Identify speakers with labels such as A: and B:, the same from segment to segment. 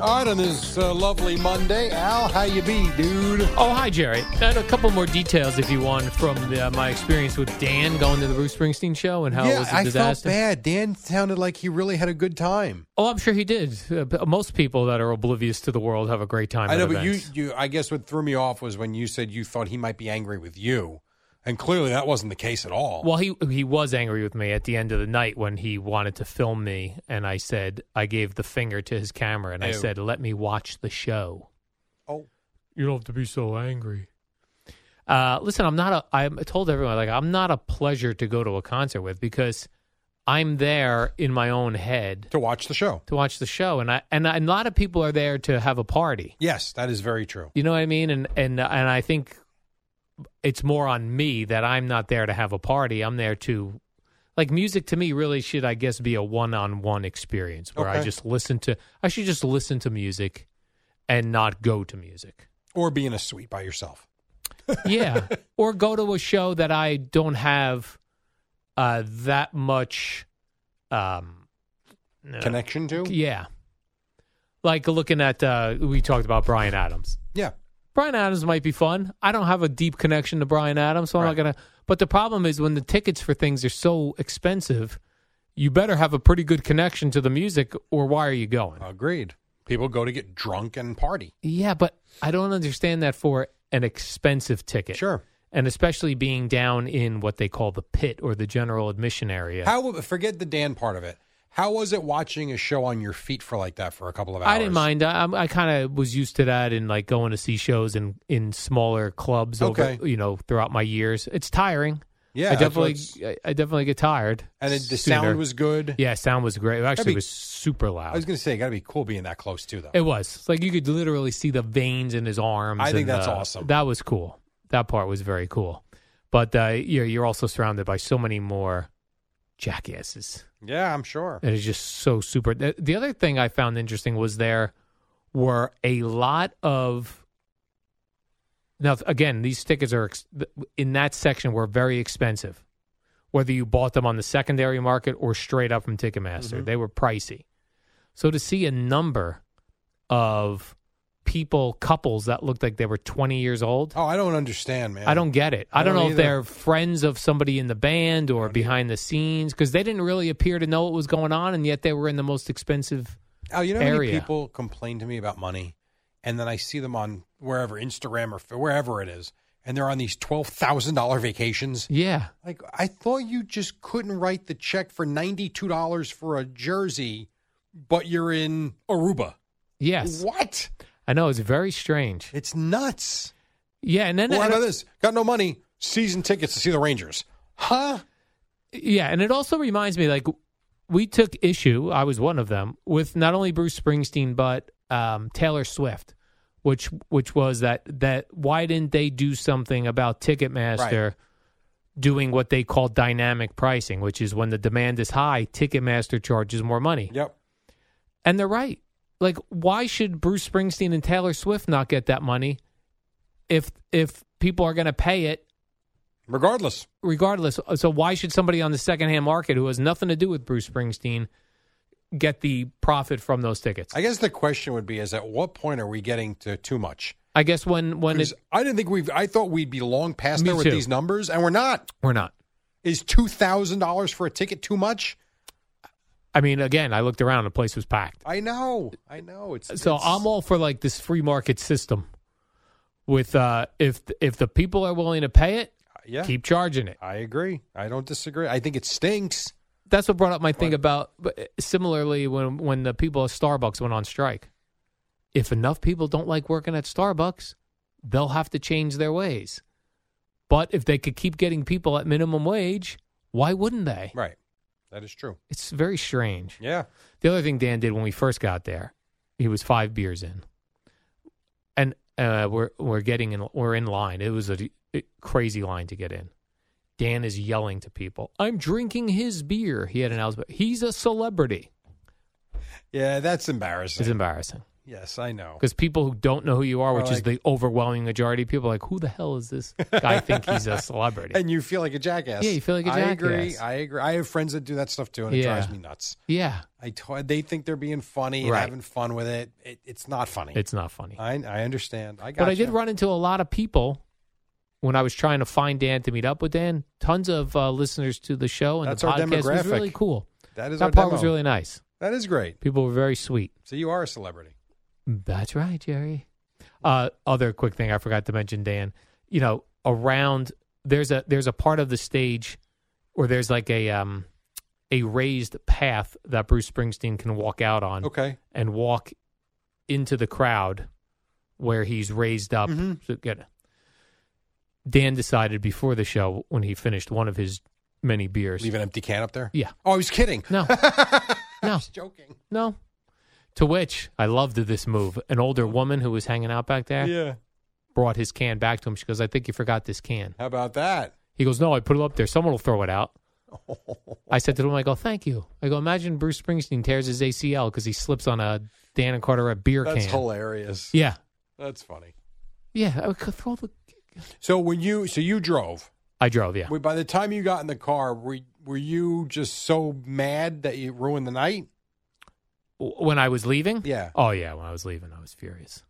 A: All right, on this uh, lovely Monday, Al, how you be, dude?
B: Oh, hi, Jerry. And a couple more details, if you want, from the, uh, my experience with Dan going to the Bruce Springsteen show and how it
A: yeah,
B: was a
A: I felt
B: disaster.
A: bad. Dan sounded like he really had a good time.
B: Oh, I'm sure he did. Uh, b- most people that are oblivious to the world have a great time.
A: I
B: at
A: know, but you,
B: events.
A: you, I guess what threw me off was when you said you thought he might be angry with you, and clearly that wasn't the case at all.
B: Well, he he was angry with me at the end of the night when he wanted to film me, and I said I gave the finger to his camera and I
A: Ew.
B: said, "Let me watch the show."
A: Oh.
B: you don't have to be so angry. Uh, listen, I'm not a. I told everyone like I'm not a pleasure to go to a concert with because I'm there in my own head
A: to watch the show.
B: to watch the show, and I and, I, and a lot of people are there to have a party.
A: Yes, that is very true.
B: You know what I mean? And and and I think it's more on me that I'm not there to have a party. I'm there to like music to me really should I guess be a one-on-one experience where I
A: Okay.
B: just listen to I should just listen to music and not go to music.
A: Or be in a suite by yourself.
B: Yeah. or go to a show that I don't have uh that much um uh,
A: Connection to?
B: Yeah. Like looking at uh we talked about Brian Adams.
A: Yeah.
B: Brian Adams might be fun. I don't have a deep connection to Brian Adams, so I'm not gonna. But the problem is when the tickets for things are so expensive, you better have a pretty good connection to the music, or why are you going?
A: Agreed. People go to get drunk and party.
B: yeah, but I don't understand that for an expensive ticket.
A: Sure.
B: and especially being down in what they call the pit or the general admission area.
A: How forget the Dan part of it. How was it watching a show on your feet for like that for a couple of hours?
B: I didn't mind. I, I'm- I kind of was used to that in like going to see shows in in smaller clubs over
A: Okay.
B: you know throughout my years. It's tiring.
A: Yeah,
B: I
A: that's
B: definitely
A: what's-
B: I, I definitely get tired.
A: and it, the
B: sooner.
A: sound was good.
B: yeah, sound was great. It actually
A: be-
B: was super loud.
A: I was going to say, it got to be cool being that close too, though.
B: it was like you could literally see the veins in his arms.
A: I
B: and,
A: think that's
B: uh,
A: awesome.
B: That was cool. That part was very cool. But uh, you're you're also surrounded by so many more jackasses.
A: yeah, I'm sure.
B: It is just so super. The, the other thing I found interesting was there were a lot of. Now, again, these tickets are ex- in that section were very expensive, whether you bought them on the secondary market or straight up from Ticketmaster. They were pricey. So to see a number of people, couples that looked like they were 20 years old,
A: Oh, I don't understand, man.
B: I don't get it. I,
A: I
B: don't,
A: don't
B: know if
A: either.
B: they're friends of somebody in the band or behind the scenes because they didn't really appear to know what was going on, and yet they were in the most expensive.
A: Oh, you know, how many
B: area.
A: people complain to me about money, and then I see them on wherever Instagram or f- wherever it is, and they're on these twelve thousand dollar vacations.
B: Yeah,
A: Like, I thought you just couldn't write the check for ninety two dollars for a jersey, but you're in Aruba.
B: yes,
A: What?
B: I know it's very strange.
A: It's nuts.
B: Yeah, and then
A: well, how
B: and-
A: about this? Got no money. Season tickets to see the Rangers. Huh?
B: yeah, and it also reminds me like we took issue. I was one of them with not only Bruce Springsteen but um, Taylor Swift, which which was that that why didn't they do something about Ticketmaster? Doing what they call dynamic pricing, which is when the demand is high, Ticketmaster charges more money.
A: Yep.
B: And they're right. Like, why should Bruce Springsteen and Taylor Swift not get that money if if people are going to pay it
A: Regardless,
B: regardless? So why should somebody on the secondhand market who has nothing to do with Bruce Springsteen get the profit from those tickets? I,
A: I guess the question would be: Is at what point are we getting to too much?
B: guess when when it,
A: 'Cause I didn't think we've. I thought we'd be long past
B: Me
A: there with
B: too.
A: these numbers, and we're not.
B: we're not.
A: Is two thousand dollars for a ticket too much?
B: I mean, again, I looked around; the place was packed.
A: I know. I know. It's
B: So
A: it's-
B: I'm all for like this free market system. With uh, if if the people are willing to pay it,
A: yeah.
B: keep charging it.
A: I agree. I don't disagree. I think it stinks.
B: That's what brought up my thing about. But eh, similarly, when when the people at Starbucks went on strike, if enough people don't like working at Starbucks, they'll have to change their ways. But if they could keep getting people at minimum wage, why wouldn't they?
A: Right. That is true.
B: It's very strange.
A: Yeah.
B: The other thing Dan did when we first got there, he was five beers in, and uh, we're we're getting in we're in line. It was a, a crazy line to get in. Dan is yelling to people, "I'm drinking his beer." He had an Alzheimer's. He's a celebrity.
A: Yeah, that's
B: It's
A: embarrassing.
B: embarrassing
A: yes, I know.
B: because people who don't know who you are,
A: Or
B: which is
A: like-
B: the overwhelming majority of people, are like who the hell is this guy? think he's a celebrity.
A: And you feel like a jackass.
B: Yeah, you feel like a
A: I agree.
B: jackass.
A: I agree. I have friends that do that stuff too, and it
B: Yeah.
A: drives me nuts.
B: yeah,
A: I to- they think they're being funny and
B: Right.
A: having fun with it. it it's not funny.
B: it's not funny.
A: I, I understand. I got
B: But I did run into a lot of people when I was trying to find Dan to meet up with Dan. Tons of uh, listeners to the show and
A: That's
B: the
A: our
B: podcast It was
A: demographic.
B: really cool.
A: That is
B: That
A: our
B: part
A: demo.
B: was really nice.
A: That is great.
B: People were very sweet.
A: So you are a celebrity.
B: That's right, Jerry. Uh, other quick thing I forgot to mention, Dan. You know, around there's a there's a part of the stage where there's like a um a raised path that Bruce Springsteen can walk out on
A: Okay.
B: and walk into the crowd where he's raised up.
A: Mm-hmm.
B: So get- Dan decided before the show when he finished one of his many beers.
A: Leave an empty can up there.
B: Yeah.
A: Oh, I was kidding.
B: No,
A: I
B: no,
A: was joking.
B: no. To which I loved this move. An older woman who was hanging out back there
A: Yeah.
B: brought his can back to him. She goes, I think you forgot this can.
A: How about that?
B: He goes, No, I put it up there. Someone will throw it out. I said to him, I go, Thank you. I go, Imagine Bruce Springsteen tears his ACL because he slips on a Dan and Carter a beer
A: That's
B: can.
A: hilarious.
B: Yeah.
A: That's funny.
B: Yeah. I, would throw the...
A: So when you so you drove,
B: I drove, yeah.
A: Wait, by the time you got in the car, were were you just so mad that you ruined the night?
B: When I was leaving?
A: Yeah.
B: Oh, yeah. When I was leaving, I was furious.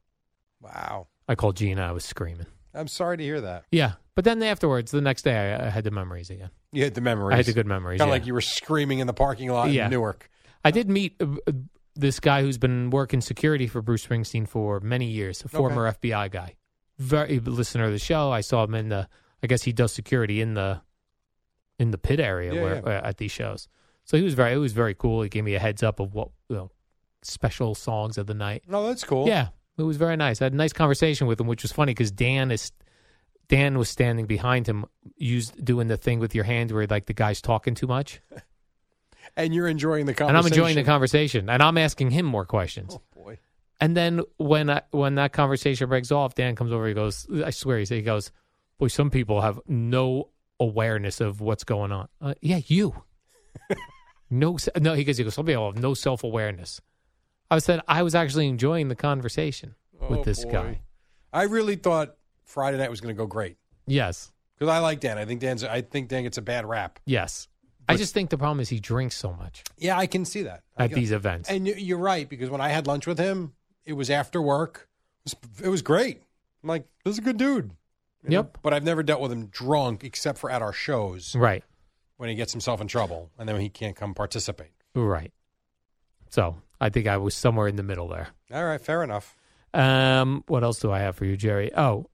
A: Wow.
B: I called Gina. I was screaming.
A: I'm sorry to hear that.
B: Yeah. But then afterwards, the next day, I, I had the memories again.
A: You had the memories.
B: I had the good memories.
A: Kind of
B: yeah.
A: like you were screaming in the parking lot
B: Yeah.
A: in Newark.
B: I did meet uh, uh, this guy who's been working security for Bruce Springsteen for many years, a former FBI guy, very listener of the show. I saw him in the. I guess he does security in the, in the pit area
A: Yeah,
B: where
A: yeah.
B: Uh, at these shows. So he was very. It was very cool. He gave me a heads up of what you know, special songs of the night.
A: No, that's cool.
B: Yeah, it was very nice. I had a nice conversation with him, which was funny because Dan is Dan was standing behind him, used doing the thing with your hand where like the guy's talking too much,
A: And you're enjoying the
B: and
A: conversation.
B: I'm
A: Oh,
B: enjoying the conversation, and I'm asking him more questions.
A: boy.
B: And then when I, when that conversation breaks off, Dan comes over. He goes, I swear, he said- he goes, boy, some people have no awareness of what's going on. Uh, yeah, you. no, se- no. He goes, he goes. Some people have no self awareness. I said I was actually enjoying the conversation with
A: Oh,
B: this
A: boy.
B: guy.
A: I really thought Friday night was going to go great
B: Yes.
A: because I like Dan. I think Dan's. I think Dan gets a bad rap.
B: Yes. I just think the problem is he drinks so much
A: Yeah, I can see that. I
B: at
A: can-
B: these events.
A: And you- you're right because when I had lunch with him, it was after work. It was, it was great. I'm like, this is a good dude. You know?
B: Yep.
A: But I've never dealt with him drunk except for at our shows
B: right.
A: when he gets himself in trouble and then he can't come participate.
B: Right. So I think I was somewhere in the middle there.
A: All right, fair enough.
B: Um, what else do I have for you, Jerry? Oh,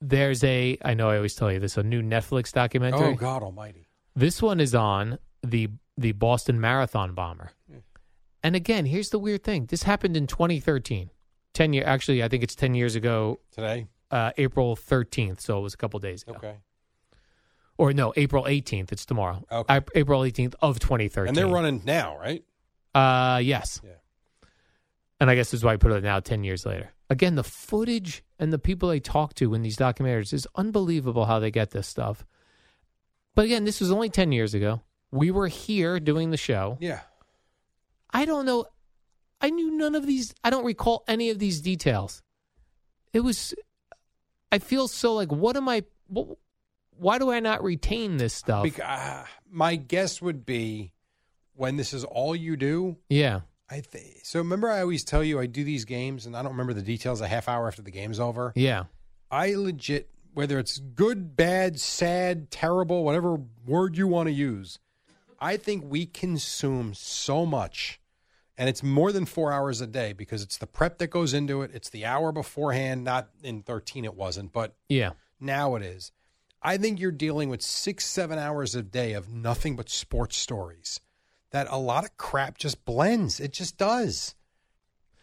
B: there's a. I know I always tell you this. A new Netflix documentary.
A: Oh God Almighty!
B: This one is on the the Boston Marathon bomber. And again, here's the weird thing. This happened in 2013. 10 year actually, I think it's 10 years ago,
A: Today,
B: uh, April 13th, so it was a couple days ago.
A: okay.
B: Or no, April 18th, it's tomorrow.
A: Okay.
B: Ap- April 18th of 2013.
A: And they're running now, right?
B: Uh, yes.
A: Yeah.
B: And I guess this is why I put it now 10 years later. Again, the footage and the people they talk to in these documentaries is unbelievable how they get this stuff. But again, this was only 10 years ago. We were here doing the show.
A: Yeah.
B: I don't know. I knew none of these. I don't recall any of these details. It was. I feel so like, what am I? wh- Why do I not retain this stuff?
A: Bec- uh, my guess would be when this is all you do.
B: yeah.
A: I th- so remember I always tell you I do these games and I don't remember the details a half hour after the game's over.
B: Yeah.
A: I legit, whether it's good, bad, sad, terrible, whatever word you want to use, I think we consume so much, and it's more than four hours a day because it's the prep that goes into it. It's the hour beforehand. Not in 13, it wasn't, but
B: Yeah.
A: now it is. I think you're dealing with six, seven hours a day of nothing but sports stories. That a lot of crap just blends. It just does.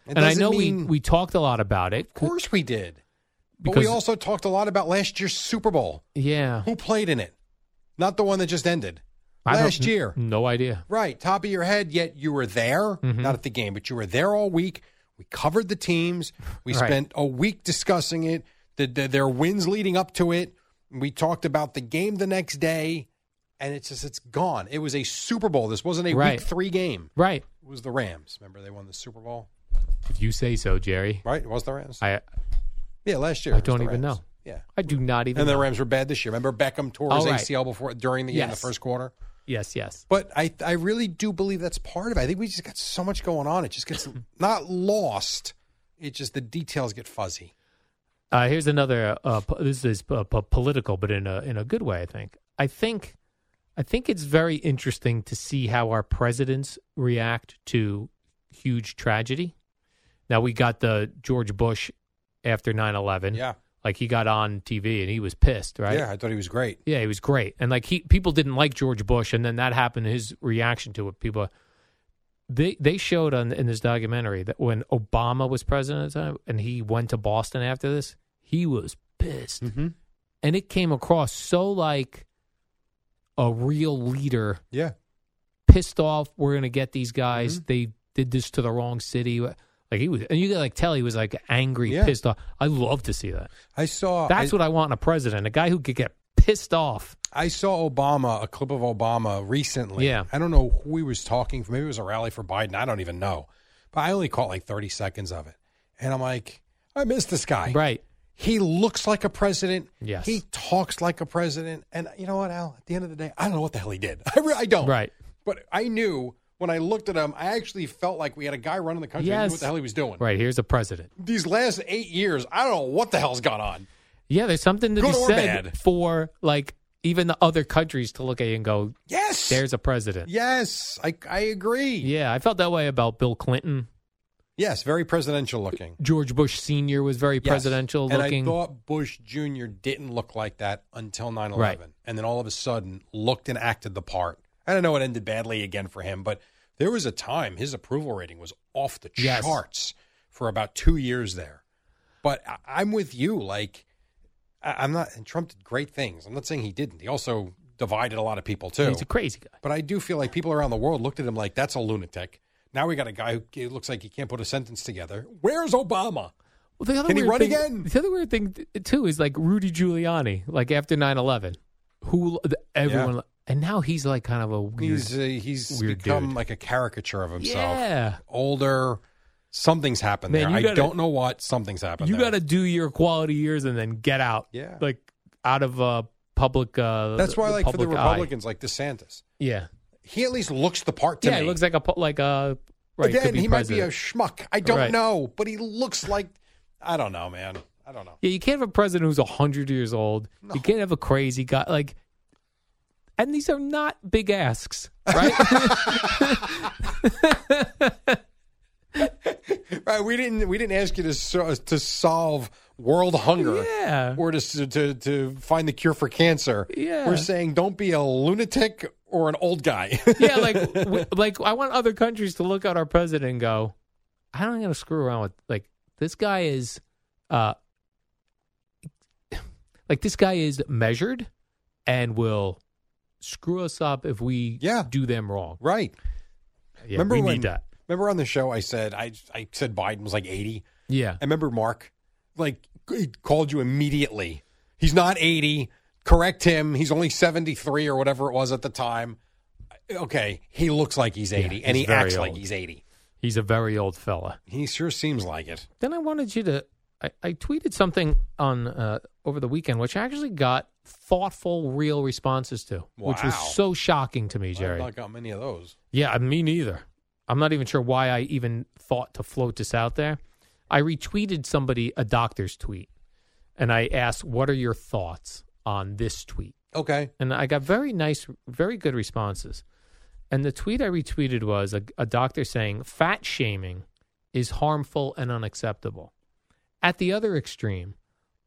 A: It
B: and I
A: doesn't
B: know we,
A: mean-
B: we talked a lot about it.
A: Of course we did. But
B: Because-
A: we also talked a lot about last year's Super Bowl.
B: Yeah.
A: Who played in it? Not the one that just ended.
B: I don't-
A: Last year.
B: No idea.
A: Right, top of your head, yet you were there,
B: Mm-hmm.
A: not at the game, but you were there all week. We covered the teams. We
B: Right.
A: spent a week discussing it, the, the, their wins leading up to it. We talked about the game the next day, and it's just, it's gone. It was a Super Bowl. This wasn't a
B: Right.
A: week three game.
B: Right.
A: It was the Rams. Remember, they won the Super Bowl?
B: If you say so, Jerry.
A: Right? It was the Rams?
B: I
A: yeah, last year.
B: I
A: it was the
B: don't even
A: Rams.
B: know.
A: Yeah.
B: I do not even.
A: And the
B: know.
A: Rams were bad this year. Remember Beckham tore his
B: Oh, right.
A: ACL before during the, in the
B: Yes.
A: first quarter.
B: Yes, yes.
A: But I I really do believe that's part of it. I think we just got so much going on. It just gets not lost. It just the details get fuzzy.
B: Uh, here's another. Uh, po- this is uh, po- political, but in a in a good way. I think. I think. I think it's very interesting to see how our presidents react to huge tragedy. Now we got the George Bush after 9-11.
A: Yeah.
B: like he got on TV and he was pissed, right?
A: Yeah, I thought he was great.
B: Yeah, he was great. And like he people didn't like George Bush and then that happened his reaction to it. People they they showed on in this documentary that when Obama was president at the time and he went to Boston after this, he was pissed.
A: Mm-hmm.
B: And it came across so like a real leader
A: Yeah.
B: pissed off. We're gonna get these guys.
A: Mm-hmm.
B: They did this to the wrong city. Like he was, and you could like tell he was like angry,
A: Yeah.
B: pissed off. I love to see that.
A: I saw
B: That's
A: I,
B: what I want in a president, a guy who could get pissed off.
A: I saw Obama, a clip of Obama recently.
B: Yeah.
A: I don't know who he was talking for. Maybe it was a rally for Biden. I don't even know. But I only caught like 30 seconds of it. And I'm like, I miss this guy.
B: Right.
A: He looks like a president.
B: Yes.
A: He talks like a president. And you know what, Al? At the end of the day, I don't know what the hell he did. I, re- I don't.
B: Right.
A: But I knew when I looked at him, I actually felt like we had a guy running the country. I knew
B: Yes.
A: what the hell he was doing.
B: Right. Here's a president.
A: These last eight years, I don't know what the hell's gone on.
B: Yeah, there's something to
A: Good
B: be
A: or
B: said
A: bad.
B: for like even the other countries to look at you and go,
A: Yes.
B: there's a president.
A: yes. I, I agree.
B: Yeah, I felt that way about Bill Clinton.
A: Yes. Very presidential looking.
B: George Bush Sr. was very
A: Yes.
B: presidential
A: and
B: looking.
A: I thought Bush Jr. didn't look like that until 9
B: Right.
A: 11. And then all of a sudden looked and acted the part. I don't know it ended badly again for him, but there was a time his approval rating was off the
B: Yes.
A: charts for about two years there. But I- I'm with you. Like, I- I'm not, and Trump did great things. I'm not saying he didn't. He also divided a lot of people, too.
B: He's a crazy guy.
A: But I do feel like people around the world looked at him like, that's a lunatic. Now we got a guy who it looks like he can't put a sentence together. Where's Obama?
B: Well, the other
A: Can he
B: weird
A: run
B: thing,
A: again?
B: The other weird thing t- too is like Rudy Giuliani, like after 9-11, who the- everyone, and now he's like kind of a weird.
A: He's uh, he's
B: weird
A: become
B: dude.
A: like a caricature of himself.
B: yeah,
A: Older, something's happened
B: Man,
A: there.
B: you
A: I
B: gotta-
A: don't know what. Something's happened.
B: you
A: there.
B: got to do your quality years and then get out.
A: Yeah.
B: like out of uh, public. Uh,
A: That's why, like for the
B: public eye.
A: Republicans, like DeSantis,
B: Yeah,
A: he at least looks the part to
B: yeah,
A: me.
B: it looks like a pu- like a right.
A: Again,
B: could be
A: he might be a
B: president.
A: schmuck. I don't
B: Right.
A: know, but he looks like I don't know, man. I don't know.
B: yeah, you can't have a president who's hundred years old. You can't have a crazy guy like. And these are not big asks, right?
A: Right? We didn't we didn't ask you to so, to solve world hunger.
B: yeah,
A: Or to, to to find the cure for cancer.
B: Yeah.
A: We're saying don't be a lunatic or an old guy.
B: yeah. Like, w- like I want other countries to look at our president and go, "I don't going to screw around with like this guy is, uh, like this guy is measured, and will screw us up if we
A: Yeah.
B: do them wrong."
A: right.
B: Yeah,
A: remember
B: we
A: when,
B: need that.
A: Remember on the show I said I I said Biden was like 80.
B: Yeah.
A: I remember Mark like he called you immediately. He's not 80. Correct him. He's only 73 or whatever it was at the time. Okay, he looks like he's 80
B: Yeah,
A: and
B: he's
A: he acts
B: very
A: like
B: old.
A: he's 80.
B: He's a very old fella.
A: He sure seems like it.
B: Then I wanted you to. I, I tweeted something on uh, over the weekend, which I actually got thoughtful, real responses to, which was
A: Wow.
B: so shocking to me, Jerry.
A: I've not got many of those.
B: yeah, me neither. I'm not even sure why I even thought to float this out there. I retweeted somebody a doctor's tweet, and I asked, "What are your thoughts on this tweet?"
A: Okay.
B: and I got very nice, very good responses. And the tweet I retweeted was a, a doctor saying fat shaming is harmful and unacceptable. At the other extreme,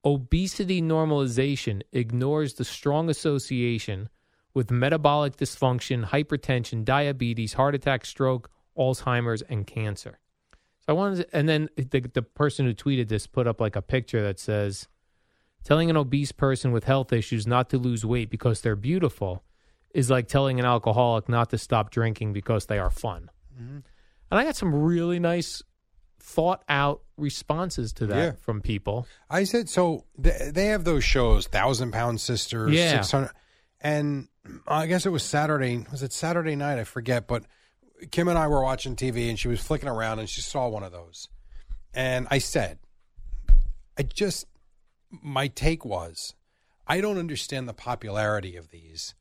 B: obesity normalization ignores the strong association with metabolic dysfunction, hypertension, diabetes, heart attack, stroke, Alzheimer's, and cancer. So I wanted, to, and then the, the person who tweeted this put up like a picture that says, telling an obese person with health issues not to lose weight because they're beautiful is like telling an alcoholic not to stop drinking because they are fun.
A: Mm-hmm.
B: And I got some really nice, thought out responses to that
A: Yeah.
B: from people.
A: I said so. They, they have those shows, Thousand Pound Sisters,
B: Yeah.
A: six hundred, and I guess it was Saturday. Was it Saturday night? I forget. But Kim and I were watching TV, and she was flicking around, and she saw one of those. And I said, I just my take was, I don't understand the popularity of these.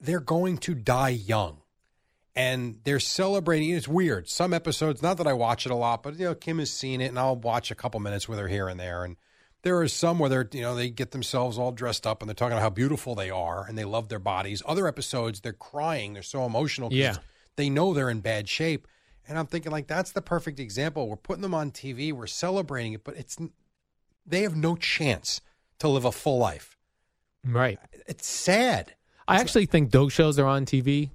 A: They're going to die young. And they're celebrating. It's weird. Some episodes, not that I watch it a lot, but you know, Kim has seen it, and I'll watch a couple minutes with her here and there. And there are some where they're, you know, they get themselves all dressed up and they're talking about how beautiful they are and they love their bodies. Other episodes, they're crying. They're so emotional. 'cause
B: Yeah.
A: They know they're in bad shape. And I'm thinking, like, that's the perfect example. We're putting them on TV. We're celebrating it, but it's they have no chance to live a full life.
B: Right.
A: It's sad.
B: I actually think those shows are on TV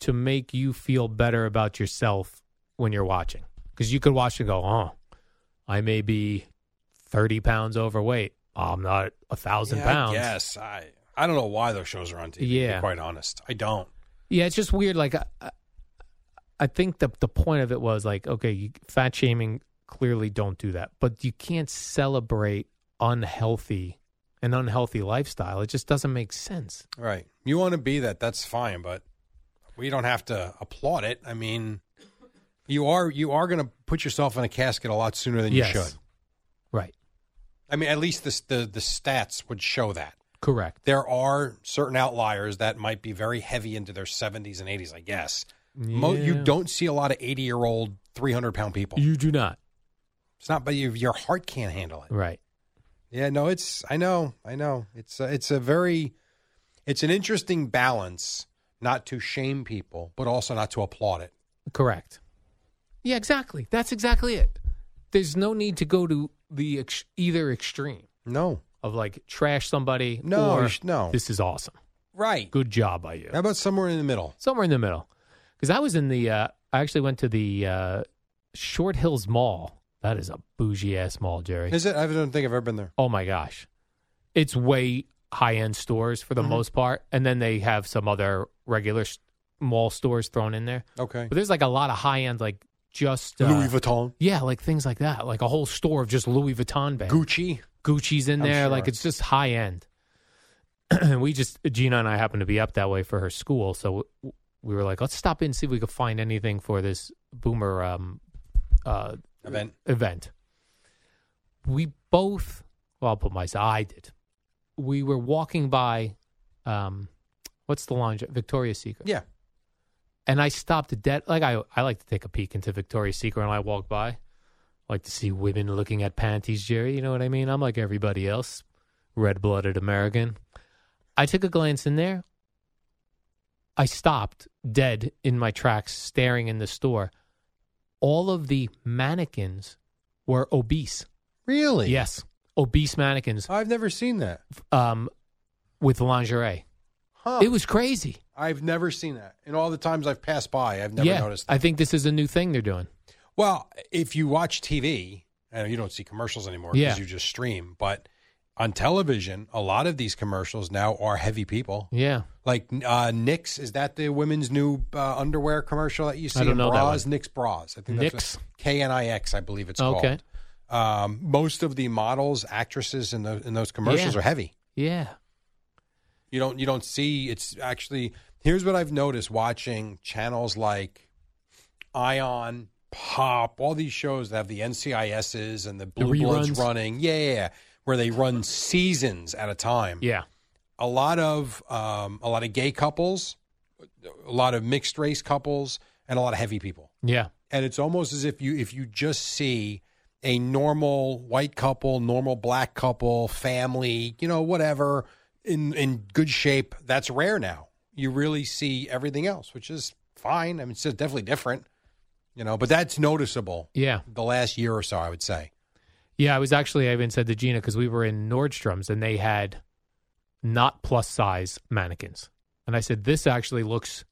B: to make you feel better about yourself when you're watching. Because you could watch and go, oh, I may be 30 pounds overweight. I'm not a thousand pounds.
A: Yes, I. I don't know why those shows are on TV. to be
B: Yeah.
A: quite honest, I don't.
B: Yeah, it's just weird. Like, I, I- I think the the point of it was like, okay, you, fat shaming clearly don't do that, but you can't celebrate unhealthy an unhealthy lifestyle. It just doesn't make sense.
A: Right? You want to be that? That's fine, but we don't have to applaud it. I mean, you are you are going to put yourself in a casket a lot sooner than
B: Yes.
A: you should.
B: Right.
A: I mean, at least the, the the stats would show that
B: Correct.
A: there are certain outliers that might be very heavy into their 70s and 80s. I guess Mo- you
B: Yeah.
A: don't see a lot of 80 year old 300 pound people.
B: You do not.
A: It's not, but your your heart can't handle it.
B: Right.
A: Yeah, no, it's. I know, I know. It's a, it's a very, it's an interesting balance, not to shame people, but also not to applaud it.
B: Correct. Yeah, exactly. That's exactly it. There's no need to go to the ex- either extreme
A: No,
B: of like trash somebody
A: No,
B: or
A: you sh- no.
B: this is awesome.
A: right?
B: Good job by you.
A: How about somewhere in the middle?
B: somewhere in the middle. Because I was in the, uh, I actually went to the uh, Short Hills Mall. That is a bougie ass mall, Jerry.
A: Is it? I don't think I've ever been there.
B: Oh my gosh, it's way high end stores for the
A: Mm-hmm.
B: most part, and then they have some other regular s mall stores thrown in there.
A: Okay,
B: But there's like a lot of high end, like just uh,
A: Louis Vuitton,
B: yeah, like things like that, like a whole store of just Louis Vuitton bags.
A: Gucci.
B: Gucci's in
A: I'm
B: there. Like
A: sure.
B: it's just high end. And we just Gina and I happened to be up that way for her school, so w- we were like, let's stop in and see if we could find anything for this boomer um, uh,
A: Event.
B: event. We both, well, I'll put myself. I did. We were walking by, um, what's the lounge? Victoria's Secret.
A: Yeah,
B: And I stopped dead. Like I, I like to take a peek into Victoria's Secret, and I walk by, I like to see women looking at panties. Jerry, you know what I mean? I'm like everybody else, red blooded American. I took a glance in there. I stopped dead in my tracks, staring in the store. All of the mannequins were obese.
A: really?
B: Yes, obese mannequins
A: I've never seen that.
B: um, with lingerie.
A: Huh?
B: It was crazy.
A: I've never seen that. In all the times I've passed by, I've never
B: yeah,
A: noticed. That.
B: I think this is a new thing they're doing.
A: Well, if you watch TV, and you don't see commercials anymore because
B: Yeah.
A: you just stream, but on television, a lot of these commercials now are heavy people.
B: Yeah.
A: Like uh, Nix, is that the women's new uh, underwear commercial that you see?
B: don't
A: in
B: know that
A: bras, Nix bras. I think
B: Nix?
A: K N I X, I believe it's
B: Okay.
A: called. Um, most of the models, actresses in those in those commercials
B: Yeah.
A: are heavy.
B: Yeah.
A: You don't you don't see it's actually here's what I've noticed watching channels like Ion, Pop, all these shows that have the NCISs and the Blue Bloods
B: reruns.
A: running. Yeah, yeah, yeah, where they run seasons at a time.
B: Yeah.
A: A lot of um, a lot of gay couples, a lot of mixed race couples, and a lot of heavy people
B: Yeah.
A: and it's almost as if you if you just see a normal white couple, normal black couple, family, you know, whatever in in good shape, that's rare now. you really see everything else, which is fine. I mean, it's just definitely different, you know. But that's noticeable
B: Yeah.
A: the last year or so, I would say.
B: Yeah, I was actually, I even said to Gina because we were in Nordstrom's and they had not plus size mannequins. And I said, this actually looks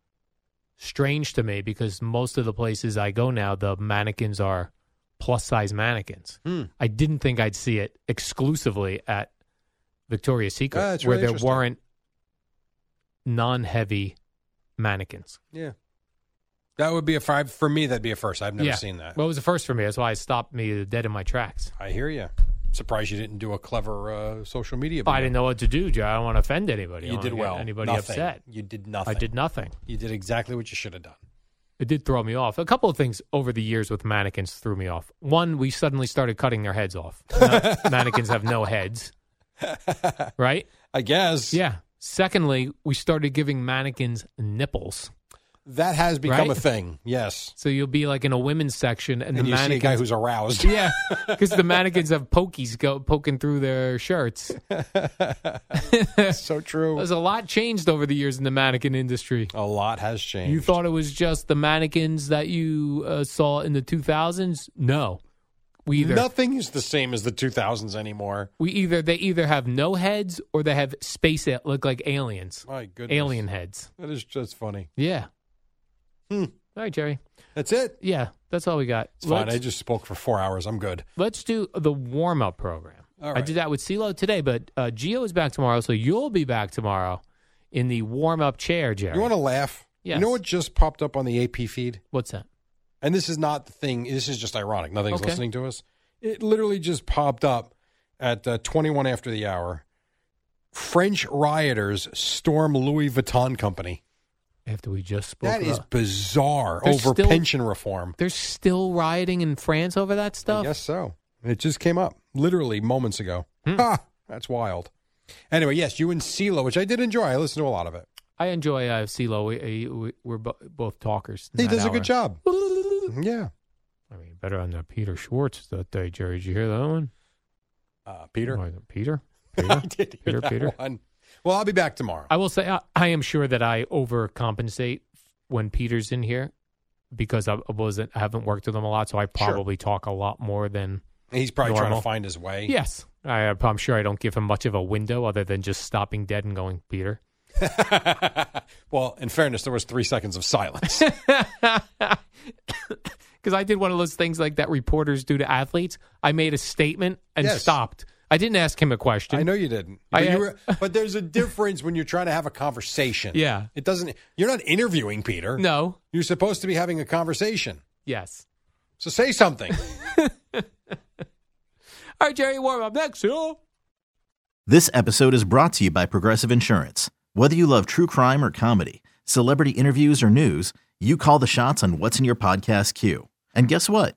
B: strange to me because most of the places I go now, the mannequins are plus size mannequins.
A: Hmm.
B: I didn't think I'd see it exclusively at Victoria's Secret
A: Ah, that's
B: where
A: really
B: there
A: interesting.
B: weren't non heavy mannequins.
A: Yeah, that would be a five for me. That'd be a first. I've never
B: yeah.
A: seen that.
B: Well, it was the first for me. That's why it stopped me dead in my tracks.
A: I hear you. Surprised you didn't do a clever uh, social media.
B: I didn't know what to do, Joe. I don't want to offend anybody. I
A: You
B: don't
A: did
B: wanna get
A: well.
B: Anybody
A: Nothing.
B: upset?
A: You did nothing.
B: I did nothing.
A: You did exactly what you should have done.
B: It did throw me off. A couple of things over the years with mannequins threw me off. One, we suddenly started cutting their heads off. Now, mannequins have no heads, right?
A: I guess.
B: Yeah. Secondly, we started giving mannequins nipples.
A: That has become
B: Right?
A: a thing. Yes.
B: So you'll be like in a women's section, and,
A: And,
B: the
A: you see a guy
B: mannequins,
A: who's aroused.
B: yeah, because the mannequins have pokies go poking through their shirts.
A: so true.
B: There's a lot changed over the years in the mannequin industry.
A: A lot has changed.
B: You thought it was just the mannequins that you uh, saw in the 2000s? No. We either
A: Nothing is the same as the 2000s anymore.
B: we either they either have no heads or they have space that look like aliens.
A: My goodness.
B: Alien heads.
A: That is just funny.
B: Yeah.
A: Hmm.
B: All right, Jerry.
A: That's it.
B: Yeah, that's all we got.
A: It's fine.
B: Let's,
A: I just spoke for four hours. I'm good.
B: let's do the warm up program.
A: All
B: I
A: right.
B: did that with CeeLo today, but uh, Gio is back tomorrow, so you'll be back tomorrow in the warm up chair, Jerry.
A: You want to laugh?
B: Yes.
A: You know what just popped up on the AP feed?
B: What's that?
A: And this is not the thing. This is just ironic. Nothing's
B: Okay.
A: listening to us. It literally just popped up at uh, 21 after the hour. French rioters storm Louis Vuitton company.
B: After we just spoke
A: That is
B: about-
A: bizarre
B: They're
A: over
B: still-
A: pension reform.
B: There's still rioting in France over that
A: I
B: stuff?
A: guess so. It just came up literally moments ago. Ha! That's wild. Anyway, yes, you and CeeLo, which I did enjoy. I listened to a lot of it.
B: I enjoy uh, CeeLo. We, we, we're bo- both talkers. in
A: He
B: that
A: does a
B: hour.
A: good job. yeah.
B: I mean, better on that Peter Schwartz that day, Jerry. Did you hear that one?
A: Uh, Peter.
B: Why, Peter?
A: I
B: Peter?
A: did hear
B: Peter,
A: that
B: Peter. Uh,
A: one. Well, I'll be back tomorrow.
B: I will say, I, I am sure that I overcompensate when Peter's in here because I wasn't, I haven't worked with him a lot, so I probably talk a lot more than.
A: He's probably trying
B: Normal.
A: to find his way.
B: Yes. I, I'm sure I don't give him much of a window other than just stopping dead and going, Peter.
A: well, in fairness, there was three seconds of silence.
B: because I did one of those things like that reporters do to athletes. I made a statement and
A: Yes.
B: stopped. I didn't ask him a question.
A: I know you didn't.
B: I-
A: But, you were, but there's a difference when you're trying to have a conversation.
B: Yeah.
A: It doesn't you're not interviewing Peter.
B: No.
A: You're supposed to be having a conversation.
B: Yes.
A: So say something.
B: All right, Jerry, warm up next. Yo.
C: This episode is brought to you by Progressive Insurance. Whether you love true crime or comedy, celebrity interviews or news, you call the shots on what's in your podcast queue. And guess what?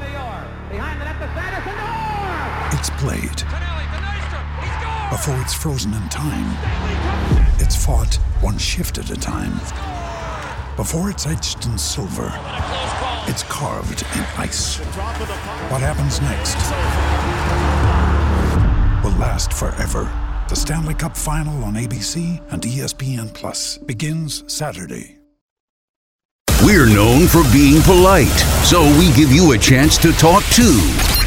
D: it's played. Before it's frozen in time, it's fought one shift at a time. Before it's etched in silver, it's carved in ice. What happens next will last forever. The Stanley Cup Final on ABC and E ESPN Plus begins Saturday.
E: We're known for being polite, so we give you a chance to talk too.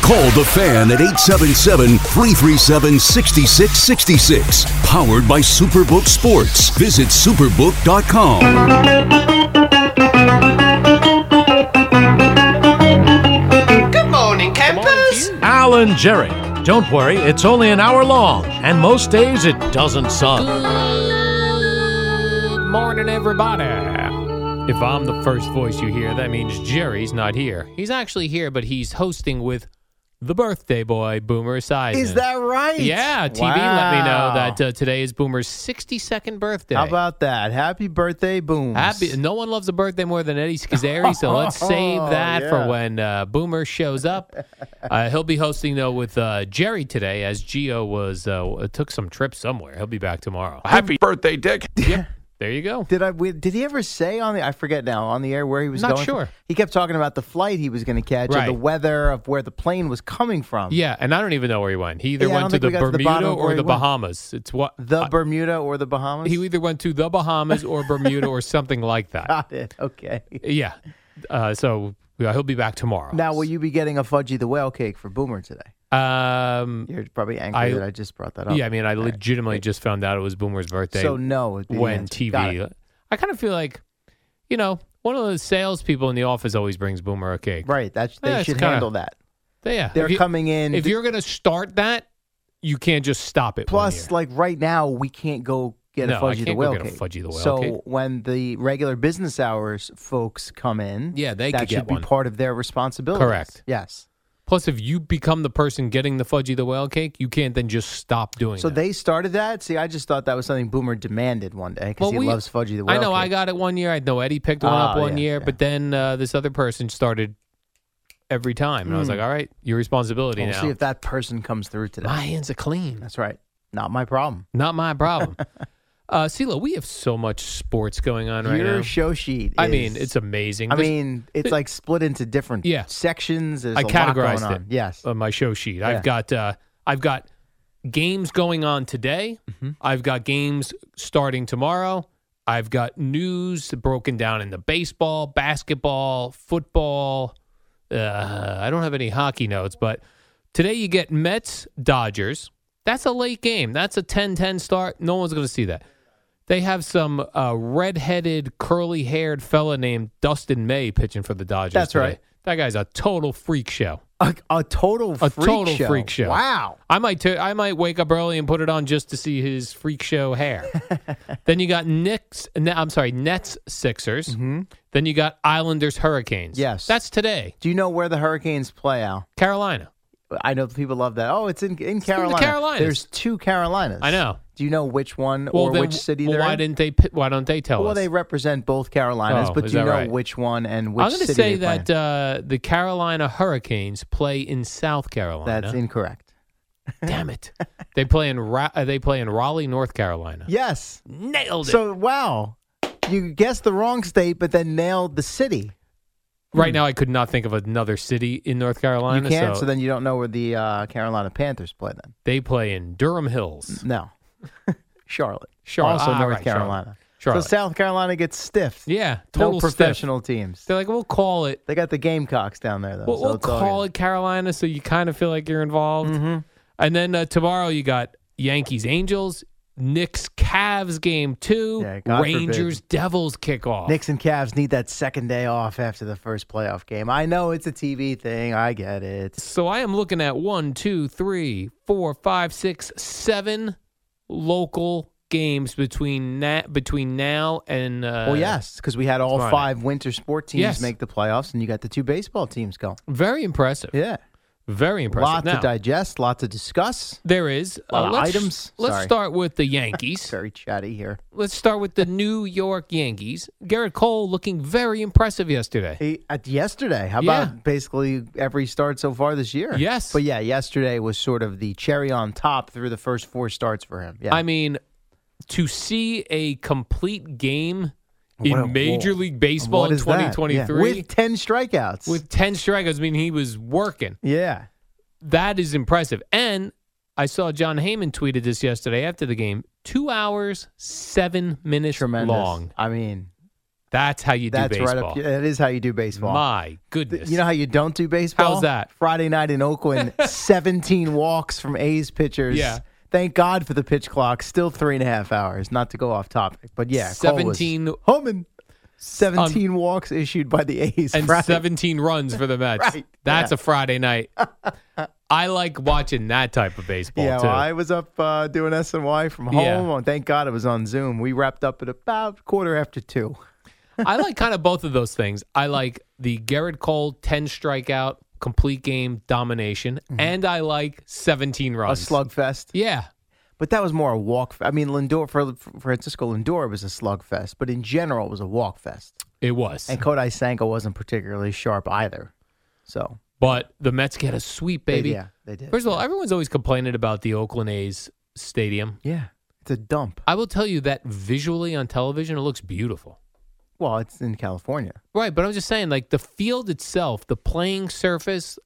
E: Call the fan at 877 337 6666. Powered by Superbook Sports. Visit superbook.com.
F: Good morning, campers.
G: Alan Jerry. Don't worry, it's only an hour long, and most days it doesn't suck.
B: Good morning, everybody. If I'm the first voice you hear, that means Jerry's not here. He's actually here, but he's hosting with the birthday boy, Boomer Esiason.
F: Is that right?
B: Yeah, TV let me know
F: Wow.
B: that uh, today is Boomer's 62nd birthday.
F: How about that? Happy birthday, Booms.
B: Happy, no one loves a birthday more than Eddie Schizzeri, so let's save that for
F: Oh, yeah.
B: when uh, Boomer shows up. Uh, he'll be hosting though with uh, Jerry today, as Gio was uh, took some trip somewhere. He'll be back tomorrow. Happy birthday, Dick! Yep, there you go.
F: Did I? we- Did he ever say on the? I forget now. On the air where he was
B: Not
F: going.
B: sure.
F: He kept talking about the flight he was going to catch
B: Right.
F: and the weather of where the plane was coming from.
B: Yeah, and I don't even know where he went. He either
F: Yeah, I
B: went
F: don't
B: to
F: think
B: the
F: we got to the
B: Bermuda
F: bottom of
B: or
F: where
B: the
F: he went.
B: Bahamas. It's what
F: The
B: I-
F: Bermuda or the Bahamas.
B: he either went to the Bahamas or Bermuda or something like that.
F: got it. Okay.
B: Yeah, uh, so yeah, he'll be back tomorrow.
F: Now, will you be getting a Fudgy the Whale cake for Boomer today?
B: Um,
F: You're probably angry
B: I-
F: that I just brought that up.
B: yeah, I mean, I legitimately just found out it was Boomer's birthday.
F: So no, would be the
B: when
F: answer. Got
B: TV.
F: it.
B: I kind of feel like, you know, one of those salespeople in the office always brings Boomer a cake.
F: Right. That's they
B: Yeah, it's
F: should
B: kinda-
F: handle that.
B: Yeah.
F: They're
B: If you-
F: coming in.
B: If you're going to start that, you can't just stop it. one
F: plus,
B: year.
F: like right now, we can't go get
B: No, I
F: a Fudgy the
B: can't go
F: Whale
B: get a
F: cake.
B: Fudgy the Whale
F: so
B: cake.
F: when the regular business hours folks come in,
B: Yeah, they
F: that
B: could
F: should
B: get
F: be
B: one.
F: part of their responsibility.
B: Correct.
F: Yes.
B: plus, if you become the person getting the Fudgy the Whale cake, you can't then just stop doing
F: So
B: that.
F: they started that. See, I just thought that was something Boomer demanded one day because he
B: we-
F: loves Fudgy the Whale.
B: I know I
F: cake.
B: got it one year. I know Eddie picked one up
F: Ah,
B: one
F: yeah,
B: year,
F: yeah.
B: but then uh, this other person started every time. And I was like, all right, your responsibility
F: Hmm. We'll
B: now.
F: see if that person comes through today.
B: My hands are clean.
F: That's right. Not my problem.
B: Not my problem. uh, Sila, we have so much sports going on right
F: Your
B: now.
F: show sheet.
B: I
F: is-
B: mean, it's amazing.
F: I
B: This-
F: mean, it's like split into different
B: Yeah.
F: sections. There's
B: I
F: a lot going
B: categorized it. Uh,
F: on. Yes.
B: on my show sheet.
F: Yeah.
B: I've got uh, I've got games going on today.
F: Mm-hmm.
B: I've got games starting tomorrow. I've got news broken down into baseball, basketball, football. Uh, I don't have any hockey notes, but today you get Mets Dodgers. That's a late game. That's a 10-10 start. No one's going to see that. They have some uh, red-headed, curly-haired fella named Dustin May pitching for the Dodgers.
F: That's
B: today.
F: right.
B: That guy's a total freak show.
F: A, a total
B: A
F: freak
B: total
F: show.
B: freak show.
F: Wow.
B: I might t- I might wake up early and put it on just to see his freak show hair. then you got Knicks. N- I'm sorry, Nets Sixers. Then you got Islanders Hurricanes.
F: Mm-hmm. Yes.
B: that's today.
F: Do you know where the Hurricanes play, Al?
B: Carolina.
F: I know people love that. Oh, it's in in
B: in the
F: Carolina.
B: Carolinas.
F: There's two Carolinas.
B: I know.
F: Do you know which one
B: Well,
F: or
B: then,
F: which city
B: well,
F: they're
B: why
F: in?
B: didn't they? pi- Why don't they tell
F: well,
B: us?
F: they represent both Carolinas,
B: Oh,
F: but
B: is
F: do you
B: that
F: know
B: right?
F: which one and which
B: I'm going
F: city
B: to say
F: they play
B: that uh, the Carolina Hurricanes play in South
F: in?
B: Carolina.
F: That's incorrect.
B: Damn it! they play in Ra- uh, they play in Raleigh, North Carolina.
F: Yes.
B: Nailed it.
F: So wow, you guessed the wrong state, but then nailed the city.
B: right now, I could not think of another city in North
F: You
B: Carolina.
F: can't, so, then you don't know where the uh, Carolina Panthers play. Then
B: they play in Durham Hills.
F: no, Charlotte.
B: Charlotte.
F: also
B: Ah,
F: North
B: right,
F: Carolina.
B: Charlotte.
F: So South Carolina gets stiffed.
B: Yeah,
F: no
B: total stiff.
F: professional teams.
B: They're like, we'll call it.
F: They got the Gamecocks down there though.
B: We'll,
F: so
B: we'll
F: it's all
B: call
F: good.
B: it Carolina, so you kind of feel like you're involved.
F: Mm-hmm.
B: And then uh, tomorrow you got Yankees Angels, Knicks Cavs game two,
F: Yeah, God forbid.
B: Rangers Devils kickoff.
F: Knicks and Cavs need that second day off after the first playoff game. I know it's a TV thing. I get it.
B: So I am looking at one, two, three, four, five, six, seven local games between na- between now and uh,
F: well, yes, because we had all
B: Friday.
F: five winter sport teams
B: Yes.
F: make the playoffs, and you got the two baseball teams going.
B: very impressive,
F: Yeah,
B: very impressive.
F: lot
B: Now,
F: to digest, lot to discuss.
B: There is uh,
F: Lot of
B: let's,
F: items.
B: Let's
F: Sorry.
B: start with the Yankees.
F: Very chatty here.
B: Let's start with the New York Yankees. Garrett Cole looking very impressive yesterday.
F: Hey, At yesterday, how
B: Yeah.
F: about basically every start so far this year?
B: Yes.
F: but yeah, yesterday was sort of the cherry on top through the first four starts for him. Yeah,
B: I mean, to see a complete game in
F: What a-
B: Major
F: whoa.
B: League Baseball
F: What
B: in
F: is that? Yeah.
B: 2023
F: with ten strikeouts.
B: with 10 strikeouts. I mean, he was working.
F: yeah,
B: That is impressive. And I saw John Heyman tweeted this yesterday after the game. Two hours, seven minutes
F: tremendous.
B: long.
F: I mean,
B: That's how you
F: that's
B: do baseball.
F: right up. That is how you do baseball.
B: My
F: Th-
B: goodness.
F: You know how you don't do baseball?
B: How's that?
F: Friday night in Oakland, 17 walks from A's pitchers.
B: Yeah.
F: Thank God for the pitch clock. Still three and a half hours. Not to go off topic, but yeah, Cole was
B: 17
F: humming. 17 walks issued by the A's.
B: and
F: Friday.
B: 17 runs for the Mets.
F: Right,
B: That's
F: yeah.
B: a Friday night. I like watching that type of baseball
F: Yeah,
B: too.
F: well, I was up uh, doing SNY from home.
B: Yeah.
F: and thank God it was on Zoom. We wrapped up at about quarter after two.
B: I like kind of both of those things. I like the Garrett Cole 10 strikeout complete game domination and I like 17
F: Mm-hmm. A
B: runs.
F: slugfest.
B: Yeah.
F: But that was more a walk. I mean, Lindor for for Francisco Lindor was a slugfest, but in general, it was a walk fest.
B: It was.
F: And Kodai Sanko wasn't particularly sharp either. So,
B: But the Mets get a sweep,
F: they-
B: baby.
F: yeah, they did.
B: First of all,
F: yeah.
B: everyone's always complaining about the Oakland A's stadium.
F: yeah, it's a dump.
B: I will tell you that visually on television it looks beautiful.
F: Well, it's in California.
B: Right, but I'm just saying, like the field itself, the playing surface,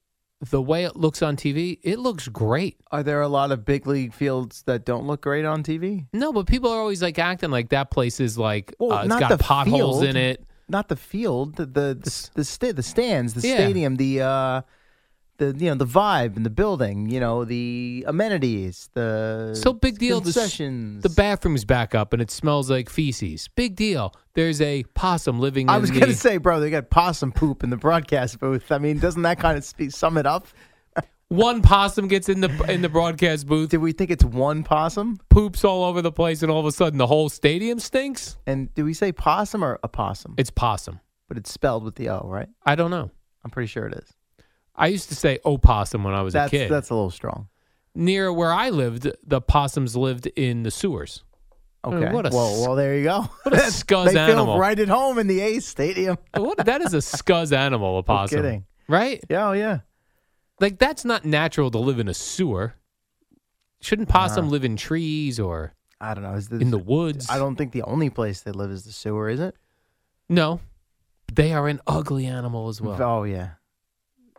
B: the way it looks on TV, it looks great.
F: Are there a lot of big league fields that don't look great on TV?
B: No, but people are always like acting like that place is like
F: Well,
B: uh, it's
F: not
B: got
F: the
B: potholes
F: field.
B: in it.
F: Not the field, the the the, the, sta- the stands, the
B: Yeah.
F: stadium, the uh, the you know the vibe and the building, you know the amenities, the
B: So big deal. The, s-
F: concessions.
B: the bathroom's back up and it smells like feces. Big deal. There's a possum living.
F: I
B: in
F: was
B: the,
F: gonna say, bro, they got possum poop in the broadcast booth. I mean, doesn't that kind of speak, sum it up?
B: one possum gets in the in the broadcast booth,
F: Do we think it's one possum?
B: poops all over the place, and all of a sudden the whole stadium stinks.
F: And do we say possum or opossum?
B: It's possum.
F: but it's spelled with the O, right?
B: I don't know.
F: I'm pretty sure it is.
B: I used to say opossum when I was
F: that's
B: a kid.
F: that's a little strong.
B: near where I lived, the possums lived in the sewers. Oh,
F: Okay.
B: what a
F: well,
B: sc-
F: well, there you go.
B: what a scuzz
F: they
B: animal.
F: feel right at home in the A's stadium.
B: What, that is a scuzz animal, a possum.
F: kidding.
B: Right?
F: Yeah, oh, yeah.
B: Like, that's not natural to live in a sewer. Shouldn't possum live in trees or
F: I don't know. Uh-huh. Is this,
B: in the woods?
F: I don't think the only place they live is the sewer, is it?
B: No. They are an ugly animal as well.
F: oh yeah.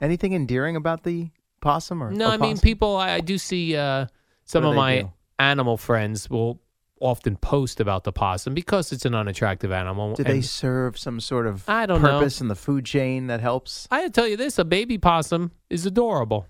F: Anything endearing about the possum or
B: no, I mean,
F: opossum?
B: people, I, I do see uh, some
F: What do
B: of
F: they
B: my
F: do?
B: animal friends will often post about the possum because it's an unattractive animal.
F: Do they
B: and-
F: serve some sort of
B: I don't know.
F: purpose in the food chain that helps?
B: I tell you this a baby possum is adorable.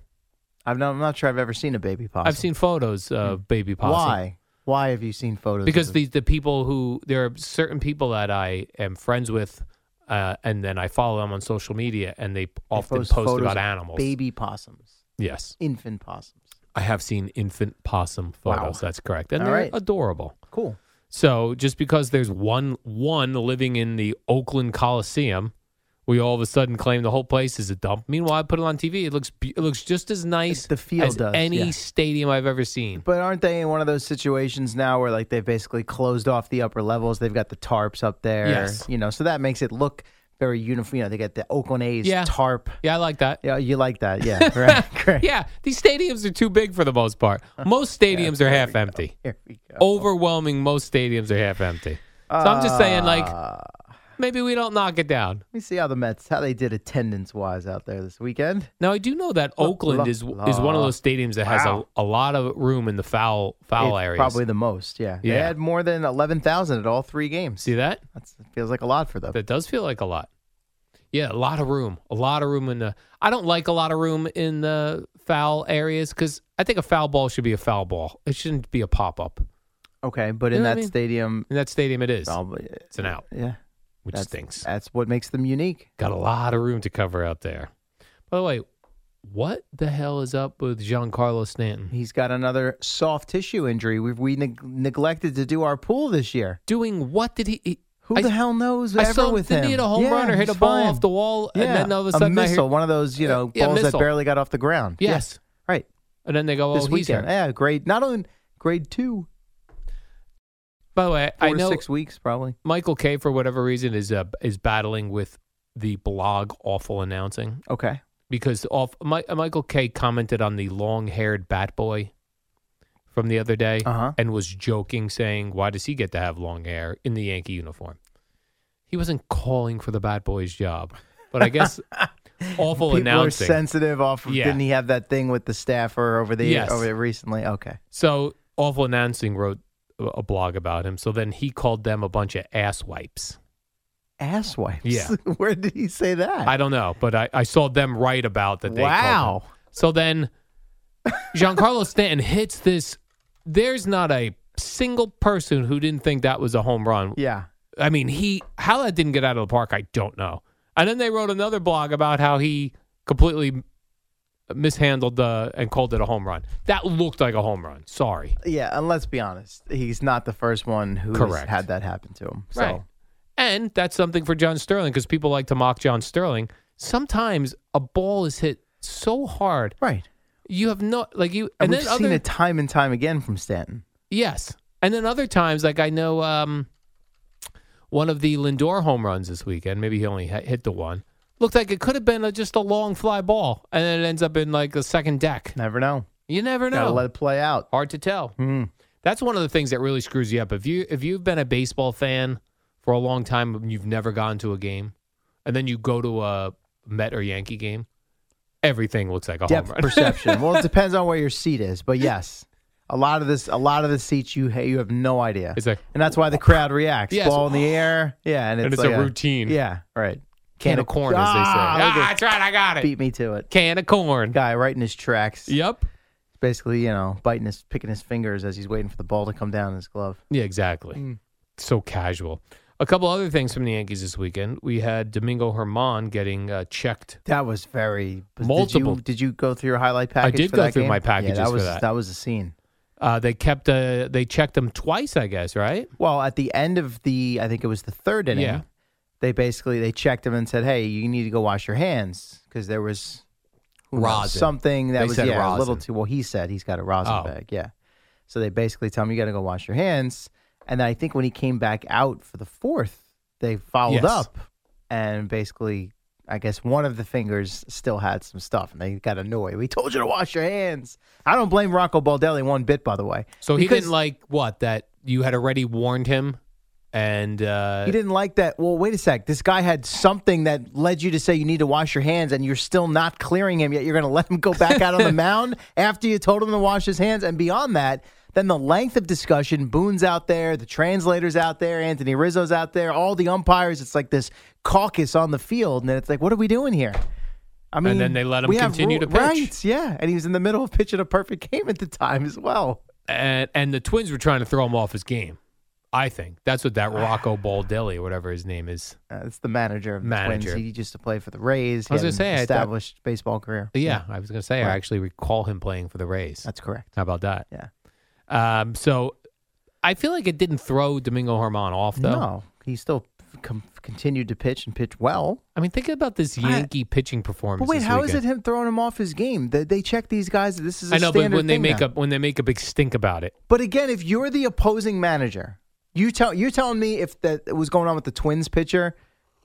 F: I've not, I'm not sure I've ever seen a baby possum. Hmm.
B: I've seen photos of baby possum.
F: Why? Why have you seen photos? of
B: Because
F: it?
B: the the people who there are certain people that I am friends with, uh, and then I follow them on social media, and they
F: They
B: often post,
F: photos
B: about
F: of
B: animals.
F: Baby possums,
B: Yes,
F: infant possums.
B: I have seen infant possum photos. That's correct, and
F: All
B: they're
F: right.
B: adorable.
F: Cool.
B: So just because there's one one living in the Oakland Coliseum, we all of a sudden claim the whole place is a dump. Meanwhile, I put it on TV. It looks be- it looks just as nice
F: The field
B: as
F: does,
B: any
F: yeah.
B: stadium I've ever seen.
F: But aren't they in one of those situations now where like they've basically closed off the upper levels? They've got the tarps up there.
B: Yes.
F: You know, so that makes it look very uniform. You know, they got the Oakland A's
B: Yeah.
F: tarp.
B: Yeah, I like that.
F: Yeah, you like that. Yeah. Right. Great.
B: Yeah, these stadiums are too big for the most part. Most stadiums are half empty.
F: Here we go.
B: Overwhelming, most stadiums are half empty. So I'm just saying, like,
F: Uh,
B: maybe we don't knock it down.
F: Let me see how the Mets how they did attendance wise out there this weekend.
B: Now I do know that
F: La-
B: Oakland
F: la-
B: is is one of those stadiums that has
F: Wow.
B: a, a lot of room in the foul foul
F: It's
B: areas.
F: Probably the most. Yeah. They
B: Yeah.
F: had more than eleven thousand at all three games.
B: see that
F: That feels like a lot for them.
B: that does feel like a lot. Yeah, a lot of room, a lot of room in the. I don't like a lot of room in the foul areas because I think a foul ball should be a foul ball. It shouldn't be a pop up.
F: Okay, but
B: You
F: in
B: know what I
F: that
B: mean?
F: stadium,
B: In that stadium, it is,
F: probably uh,
B: It's an out.
F: Yeah,
B: which
F: that's,
B: stinks.
F: That's what makes them unique.
B: Got a lot of room to cover out there. By the way, what the hell is up with Giancarlo Stanton?
F: He's got another soft tissue injury. We've, we neg- neglected to do our pool this year.
B: Doing what did he? he-
F: Who
B: I-
F: the hell knows?
B: I
F: ever
B: saw
F: with him?
B: didn't he hit a home
F: Yeah,
B: run or hit a
F: he's
B: ball
F: fine.
B: off the wall,
F: Yeah,
B: and then all of a sudden I hear-
F: missile, one of those you know
B: Yeah,
F: balls that
B: missile.
F: barely got off the ground.
B: Yeah.
F: Yes, right.
B: and then they go, "Oh,
F: this
B: he's
F: weekend,
B: hurt.
F: yeah, grade not only grade two,
B: By the way,
F: four
B: I
F: to
B: know
F: six weeks probably.
B: Michael K for whatever reason is uh, is battling with the blog awful announcing
F: Okay,
B: because off Mi- uh, Michael K commented on the long haired bat boy from the other day
F: Uh-huh.
B: and was joking saying, "Why does he get to have long hair in the Yankee uniform?" he wasn't calling for the bad boy's job, but I guess awful
F: People
B: announcing.
F: are sensitive. Off of,
B: Yeah.
F: didn't he have that thing with the staffer over the
B: Yes.
F: over recently? Okay,
B: So awful announcing wrote a- a blog about him. So then he called them a bunch of ass wipes.
F: ass wipes.
B: Yeah.
F: where did he say that?
B: I don't know, but I, I saw them write about that. They called
F: Wow.
B: them. So then Giancarlo Stanton hits this. There's not a single person who didn't think that was a home run.
F: yeah,
B: I mean, he how that didn't get out of the park, I don't know. And then they wrote another blog about how he completely mishandled the and called it a home run. That looked like a home run. Sorry.
F: yeah. And let's be honest, he's not the first one who's
B: Correct.
F: had that happen to him. So
B: Right. And that's something for John Sterling because people like to mock John Sterling. Sometimes a ball is hit so hard,
F: right.
B: you have no like you.
F: And,
B: And,
F: we've
B: then
F: seen
B: other
F: it time and time again from Stanton.
B: yes, and then other times like I know um, one of the Lindor home runs this weekend. Maybe he only hit hit the one. Looked like it could have been a, just a long fly ball, and then it ends up in like the second deck.
F: Never know.
B: You never know.
F: Gotta let it Hmm. play out.
B: Hard to tell. That's one of the things that really screws you up. If you if you've been a baseball fan for a long time and you've never gone to a game, and then you go to a Met or Yankee game, everything looks like a
F: Depth
B: home run.
F: perception. well, it depends on where your seat is, but yes, a lot of this, a lot of the seats you you have no idea.
B: It's like-
F: and that's why the crowd reacts.
B: Yes.
F: Ball in the air. Yeah, and it's,
B: And it's a
F: like
B: routine.
F: Yeah, right.
B: Can of corn, as they say.
F: Ah,
B: Ah,
F: look at-
B: that's right. I got it.
F: Beat me to it.
B: Can of corn.
F: Guy right in his tracks.
B: Yep.
F: Basically, you know, biting his, picking his fingers as he's waiting for the ball to come down in his glove.
B: Yeah, exactly.
F: Mm.
B: So casual. A couple other things from the Yankees this weekend. We had Domingo Herman getting uh, checked.
F: That was very did you-
B: Multiple.
F: Did you, go through your highlight package?
B: did
F: for
B: go
F: that
B: through
F: game?
B: my
F: Yeah,
B: packages
F: that
B: for
F: was
B: that.
F: was a scene.
B: Uh, they kept uh, they checked him twice, I guess. Right?
F: Well, at the end of the, I think it was the third inning.
B: Yeah.
F: They basically they checked him and said, "Hey, you need to go wash your hands because there was who knows,
B: Rosin.
F: something that
B: They
F: was
B: said
F: yeah, a little
B: rosin.
F: too." Well, he said he's got a rosin
B: Oh.
F: bag. Yeah. So they basically tell him you got to go wash your hands, and then I think when he came back out for the fourth, they followed
B: Yes.
F: up and basically. I guess one of the fingers still had some stuff, and they got annoyed. We told you to wash your hands. I don't blame Rocco Baldelli one bit, by the way.
B: So he
F: Because-
B: didn't like what that you had already warned him, and uh,
F: He didn't like that. Well, wait a sec. This guy had something that led you to say you need to wash your hands, and you're still not clearing him yet. You're going to let him go back out on the mound after you told him to wash his hands. And beyond that, then the length of discussion. Boone's out there, the translators out there, Anthony Rizzo's out there, all the umpires. It's like this caucus on the field, and then it's like, what are we doing here? I mean,
B: then they let him
F: we have
B: continue to
F: ru-
B: pitch.
F: Right? Yeah, and he was in the middle of pitching a perfect game at the time as well.
B: and and the Twins were trying to throw him off his game. I think that's what that Rocco Baldelli, or whatever his name is.
F: Uh, it's the manager of the
B: Manager.
F: Twins. He used to play for the Rays. He
B: I was
F: had
B: gonna say,
F: an
B: I thought-
F: established baseball career.
B: Yeah, I was going to say I actually recall him playing for the Rays.
F: That's correct.
B: How about that?
F: Yeah.
B: Um, so I feel like it didn't throw Domingo Herman off though.
F: No, he still com- continued to pitch and pitch well.
B: I mean, think about this
F: I-
B: Yankee pitching performance.
F: But wait,
B: this
F: how is it
B: weekend.
F: him throwing him off his game? They, they check these guys. This is a
B: I know, but
F: standard
B: when they
F: thing
B: make
F: now.
B: a when they make a big stink about it,
F: But again, if you're the opposing manager, you tell you're telling me if that was going on with the Twins pitcher.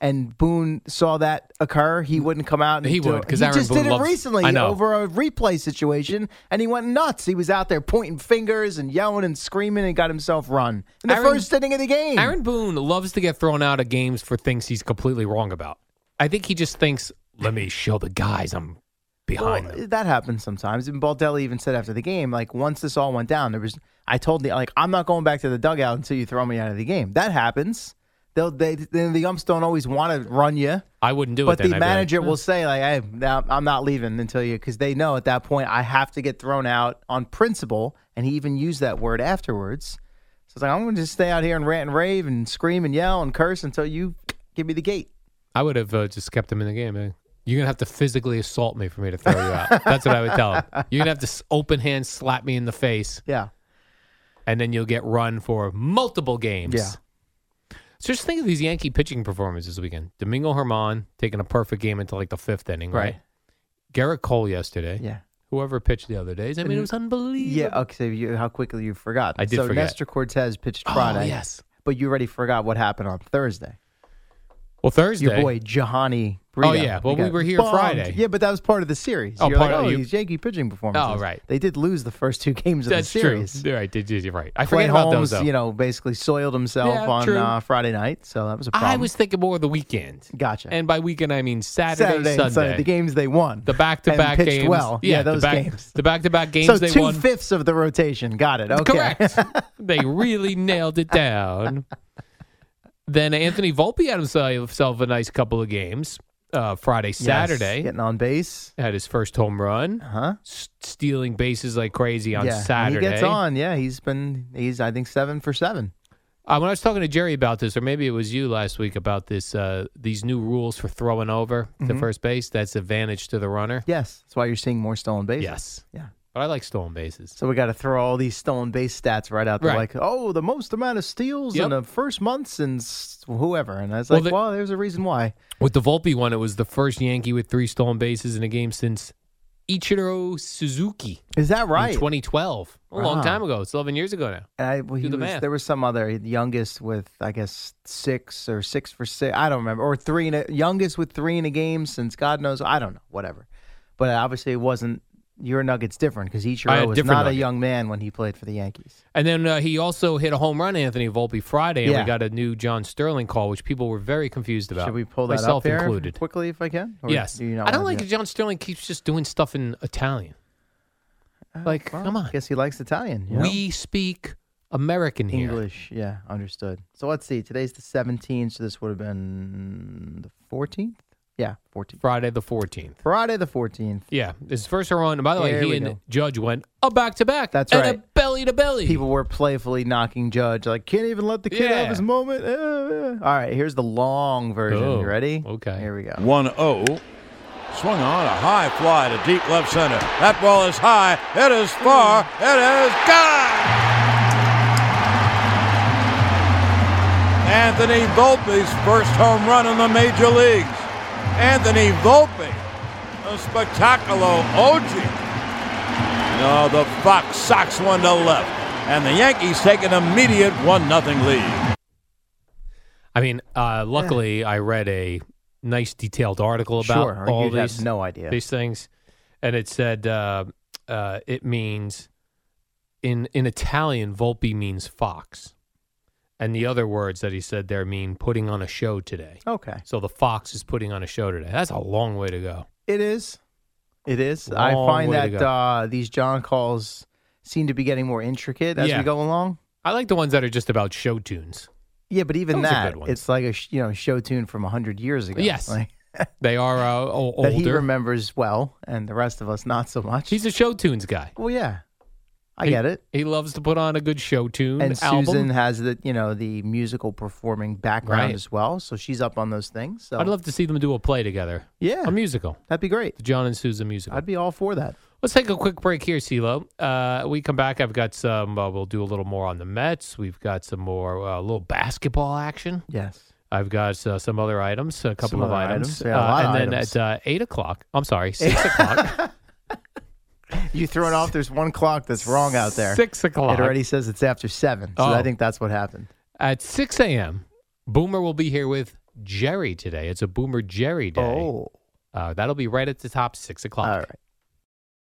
F: And Boone saw that occur. He wouldn't come out. And
B: He
F: do
B: would,
F: it.
B: 'cause
F: he
B: Aaron
F: just
B: Boone
F: did it
B: loves-
F: recently
B: I know.
F: over a replay situation, and he went nuts. He was out there pointing fingers and yelling and screaming, and got himself run in the
B: Aaron-
F: first inning of the game.
B: Aaron Boone loves to get thrown out of games for things he's completely wrong about. I think he just thinks, "Let me show the guys I'm behind
F: Well,
B: them."
F: That happens sometimes. And Baldelli even said after the game, like once this all went down, there was I told the like I'm not going back to the dugout until you throw me out of the game. That happens. They'll they then the umps don't always want to run you,
B: I wouldn't do it.
F: but
B: then.
F: the
B: I'd be like,
F: manager
B: "Eh."
F: will say like, "Hey, now I'm not leaving until you," because they know at that point I have to get thrown out on principle. And he even used that word afterwards. So it's like I'm going to just stay out here and rant and rave and scream and yell and curse until you give me the gate.
B: I would have uh, just kept him in the game. eh? You're gonna have to physically assault me for me to throw you out. That's what I would tell him. You're gonna have to s- open hand slap me in the face,
F: Yeah.
B: and then you'll get run for multiple games.
F: Yeah.
B: So just think of these Yankee pitching performances this weekend. Domingo Herman taking a perfect game into like the fifth inning, right?
F: Right.
B: Garrett Cole yesterday.
F: Yeah.
B: Whoever pitched the other days. I mean, it was unbelievable.
F: Yeah, uh, okay. So you, how quickly you forgot.
B: I did
F: so
B: forget.
F: Nestor Cortez pitched
B: Oh,
F: Friday.
B: yes.
F: But you already forgot what happened on Thursday.
B: Well, Thursday.
F: Your boy Johanny.
B: Oh, yeah. Well,
F: He
B: we
F: got
B: were here
F: bombed.
B: Friday.
F: Yeah, but that was part of the series.
B: Oh,
F: You're
B: part
F: like,
B: of-
F: oh,
B: you-
F: these Yankee pitching performances.
B: Oh, right.
F: They did lose the first two games of
B: That's
F: the series.
B: true. You're right. Did- You're right. I
F: Clay
B: forget about
F: Holmes,
B: those, though.
F: you know, basically soiled himself
B: Yeah,
F: on
B: true.
F: uh, Friday night, so that was a problem.
B: I was thinking more of the weekend.
F: gotcha.
B: And by weekend, I mean Saturday,
F: Saturday and
B: Sunday.
F: Sunday, the games they won,
B: The back-to-back
F: and pitched
B: games.
F: Well, yeah, those
B: the back,
F: games.
B: The back-to-back games
F: so
B: they
F: two
B: won.
F: fifths of the rotation. Got it. Okay.
B: Correct. they really nailed it down. Then Anthony Volpe had himself a nice couple of games. Uh, Friday,
F: Yes,
B: Saturday
F: getting on base.
B: had his first home run,
F: Huh?
B: s- stealing bases like crazy on
F: Uh-huh. yeah.
B: Saturday.
F: He gets on. Yeah, he's been. He's I think seven for seven.
B: Uh, when I was talking to Jerry about this, or maybe it was you last week about this, uh, these new rules for throwing over to
F: Mm-hmm.
B: first base. That's advantage to the runner.
F: Yes, that's why you're seeing more stolen bases.
B: Yes,
F: Yeah.
B: but I like stolen bases.
F: So we got to throw all these stolen base stats right out there,
B: Right.
F: like oh, the most amount of steals
B: Yep.
F: in the first month since whoever. And I was
B: Well,
F: like,
B: the-
F: well, there's a reason why.
B: With the Volpe one, it was the first Yankee with three stolen bases in a game since Ichiro Suzuki
F: Is that
B: in
F: right?
B: 2012. A long
F: Wow.
B: time ago. It's 11 years ago now.
F: And I, well, he
B: Do the
F: was-
B: math.
F: There was some other youngest with I guess six or six for six. I don't remember or three in a, youngest with three in a game since God knows I don't know whatever. But obviously it wasn't your Nuggets different because
B: I had
F: Ichiro was
B: different
F: not
B: Nugget.
F: a young man when he played for the Yankees.
B: And then uh, he also hit a home run, Anthony Volpe, Friday, and we
F: Yeah.
B: got a new John Sterling call, which people were very confused about.
F: Should we pull that
B: myself
F: up here
B: included?
F: quickly if I can? Or
B: yes.
F: do you not
B: I don't
F: wanna
B: like
F: do
B: that John Sterling keeps just doing stuff in Italian.
F: that? Uh,
B: like,
F: well,
B: come on.
F: Guess he likes Italian. you know?
B: We speak American here.
F: English. Yeah, understood. So let's see. Today's the 17th, so this would have been the 14th. Yeah, 14th.
B: Friday the 14th.
F: Friday the 14th.
B: Yeah, his first home run. and By the
F: There
B: way, he
F: we
B: and
F: go.
B: Judge went a back to back.
F: That's
B: and a
F: right.
B: belly to belly.
F: people were playfully knocking Judge, like, can't even let the kid
B: Yeah.
F: have his moment. Eh, eh. All right, here's the long version.
B: Oh,
F: you ready?
B: okay.
F: Here we go.
H: 1 0. oh. Swung on a high fly to deep left center. That ball is high. It is far. It is gone. Anthony Volpe's first home run in the major leagues. Anthony Volpe, a spectacular OG. No, the Fox Sox one to left. And the Yankees take an immediate 1 0 lead.
B: I mean, uh, luckily, I read a nice detailed article about
F: sure. or
B: all
F: you'd have
B: these,
F: no idea.
B: these things, and it said uh, uh, it means in in Italian, Volpe means fox, and the other words that he said there mean putting on a show today.
F: Okay.
B: So the fox is putting on a show today. That's a long way to go.
F: It is. It is. I
B: Long
F: find
B: way to
F: that
B: go.
F: uh, these John calls seem to be getting more intricate as
B: Yeah.
F: we go along.
B: I like the ones that are just about show tunes.
F: Yeah, but even
B: Those are
F: that,
B: good ones.
F: it's like a sh- you know show tune from hundred years ago.
B: Yes.
F: like,
B: They are uh, o-
F: that he
B: older.
F: remembers well, and the rest of us not so much.
B: He's a show tunes guy.
F: well, yeah, I
B: He-
F: get it.
B: He loves to put on a good show tune
F: and
B: album.
F: Susan has the you know the musical performing background
B: Right.
F: as well, so she's up on those things. So
B: I'd love to see them do a play together.
F: yeah,
B: A musical.
F: that'd be great.
B: The John and Susan musical.
F: I'd be all for that.
B: Let's take a quick break here, CeeLo. Uh, we come back. I've got some, uh, we'll do a little more on the Mets. We've got some more, uh, little basketball action.
F: Yes,
B: I've got uh, some other items, a couple
F: Some
B: of
F: other
B: items.
F: items. Yeah, a lot
B: and
F: of
B: then
F: items.
B: at uh, 8 o'clock, I'm sorry, 6 o'clock.
F: you throw it off. There's one clock that's wrong out there.
B: 6 o'clock.
F: It already says it's after seven, so
B: Oh.
F: I think that's what happened.
B: At 6 a.m., Boomer will be here with Jerry today. It's a Boomer Jerry day.
F: Oh,
B: Uh, that'll be right at the top, 6 o'clock.
F: all right.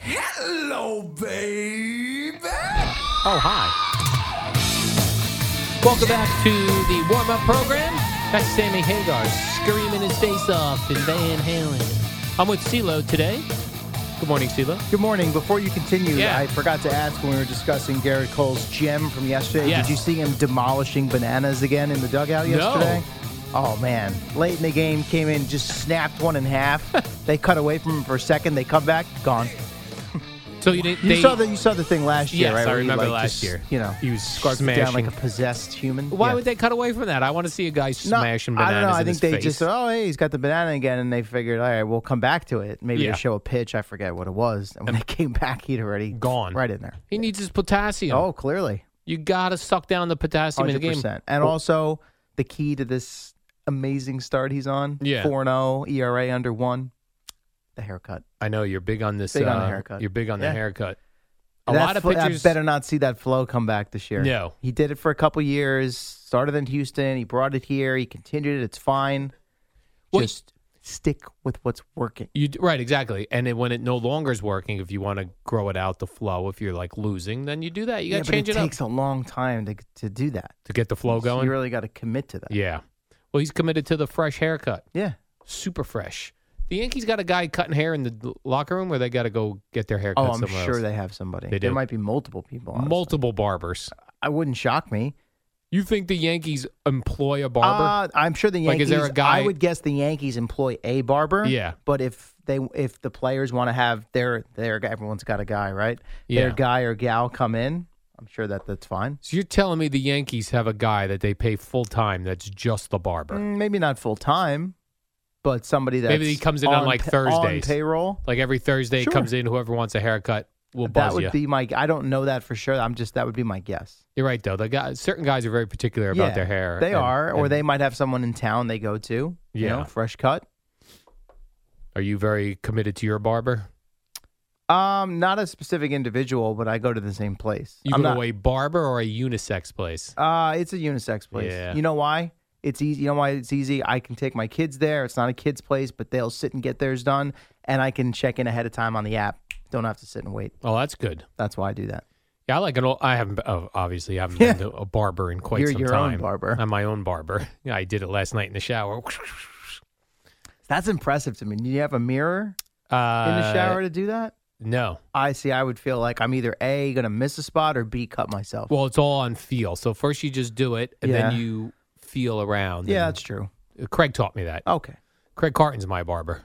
I: Hello, baby.
B: Oh, hi. Welcome back to the warm up program. That's Sammy Hagar screaming his face off in Van Halen. I'm with CeeLo today. Good morning, CeeLo.
F: Good morning. Before you continue,
B: Yeah.
F: I forgot to ask when we were discussing Garrett Cole's gem from yesterday.
B: Yes.
F: Did you see him demolishing bananas again in the dugout
B: No.
F: yesterday? Oh man! Late in the game, came in, just snapped one in half. they cut away from him for a second. They come back, gone.
B: So you, did,
F: You
B: they,
F: saw the you saw the thing last year,
B: Yes,
F: right?
B: I
F: where he,
B: remember
F: like,
B: last
F: just,
B: year.
F: You know,
B: He was
F: scarfed down like
B: smashing.
F: a possessed human.
B: Why
F: Yeah.
B: would they cut away from that? I want to see a guy
F: No,
B: smashing
F: I
B: bananas.
F: don't know. I
B: in
F: think
B: his
F: they
B: face.
F: just said, oh, hey, he's got the banana again, and they figured, all right, we'll come back to it. Maybe
B: Yeah.
F: to show a pitch. I forget what it was. And when they came back, he'd already gone right in there.
B: He needs his potassium.
F: Oh, clearly.
B: You got to suck down the potassium in the game.
F: 100%. And also the key to this amazing start he's on.
B: Yeah.
F: four oh, zero ERA under one. The haircut.
B: I know you're big on this.
F: Big on the
B: uh,
F: haircut.
B: You're big on
F: Yeah.
B: the haircut. A
F: That
B: lot of
F: fl- I
B: pitchers.
F: better not see that flow come back this year.
B: No.
F: he did it for a couple years. Started in Houston. He brought it here. He continued it. It's fine. Just stick with what's working.
B: You d- right, exactly. And then when it no longer is working, if you want to grow it out, the flow. If you're like losing, then you do that. You got to
F: yeah,
B: change
F: but
B: it,
F: it,
B: up
F: takes a long time to to do that.
B: to get the flow
F: So
B: going.
F: you really got to commit to that.
B: yeah. Well, he's committed to the fresh haircut.
F: Yeah.
B: Super fresh. The Yankees got a guy cutting hair in the l- locker room, where they got to go get their hair cut.
F: Oh, I'm
B: somewhere
F: sure
B: else.
F: they have somebody.
B: They
F: there
B: do.
F: might be multiple people. honestly.
B: multiple barbers.
F: I wouldn't shock me.
B: You think the Yankees employ a barber?
F: Uh, I'm sure the
B: Like,
F: Yankees.
B: is there a guy-
F: I would guess the Yankees employ a barber.
B: Yeah.
F: But if they if the players want to have their their guy- everyone's got a guy right
B: Yeah.
F: their guy or gal come in, I'm sure that that's fine.
B: so you're telling me the Yankees have a guy that they pay full time that's just the barber?
F: Mm, Maybe not full time, but somebody that
B: Maybe he comes in on, like
F: on
B: Thursdays.
F: payroll.
B: Like every Thursday,
F: Sure.
B: he comes in. Whoever wants a haircut will buzz
F: that would
B: you.
F: be my. I don't know that for sure. I'm just that would be my guess.
B: You're right, though. The guy, certain guys are very particular about
F: Yeah,
B: their hair.
F: They
B: and-
F: are, or
B: and
F: they might have someone in town they go to. You know,
B: Yeah.
F: fresh cut.
B: Are you very committed to your barber?
F: Um, not a specific individual, but I go to the same place.
B: You
F: I'm
B: go
F: not-
B: to a barber or a unisex place?
F: Uh, it's a unisex place.
B: Yeah.
F: You know why? It's easy. You know why it's easy? I can take my kids there. It's not a kids' place, but they'll sit and get theirs done, and I can check in ahead of time on the app. Don't have to sit and wait.
B: Oh, that's good.
F: That's why I do that.
B: Yeah, I like an old. I haven't oh, obviously I haven't been to a barber in quite
F: You're
B: some
F: your own
B: time.
F: barber.
B: I'm my own barber. Yeah, I did it last night in the shower.
F: That's impressive to me. Do you have a mirror
B: Uh,
F: in the shower to do that?
B: No.
F: I see. I would feel like I'm either a gonna miss a spot or b cut myself.
B: Well, it's all on feel. So first you just do it, and
F: Yeah.
B: then you feel around.
F: Yeah, Oh.
B: and-
F: that's true.
B: Craig taught me that.
F: Okay.
B: Craig Carton's my barber.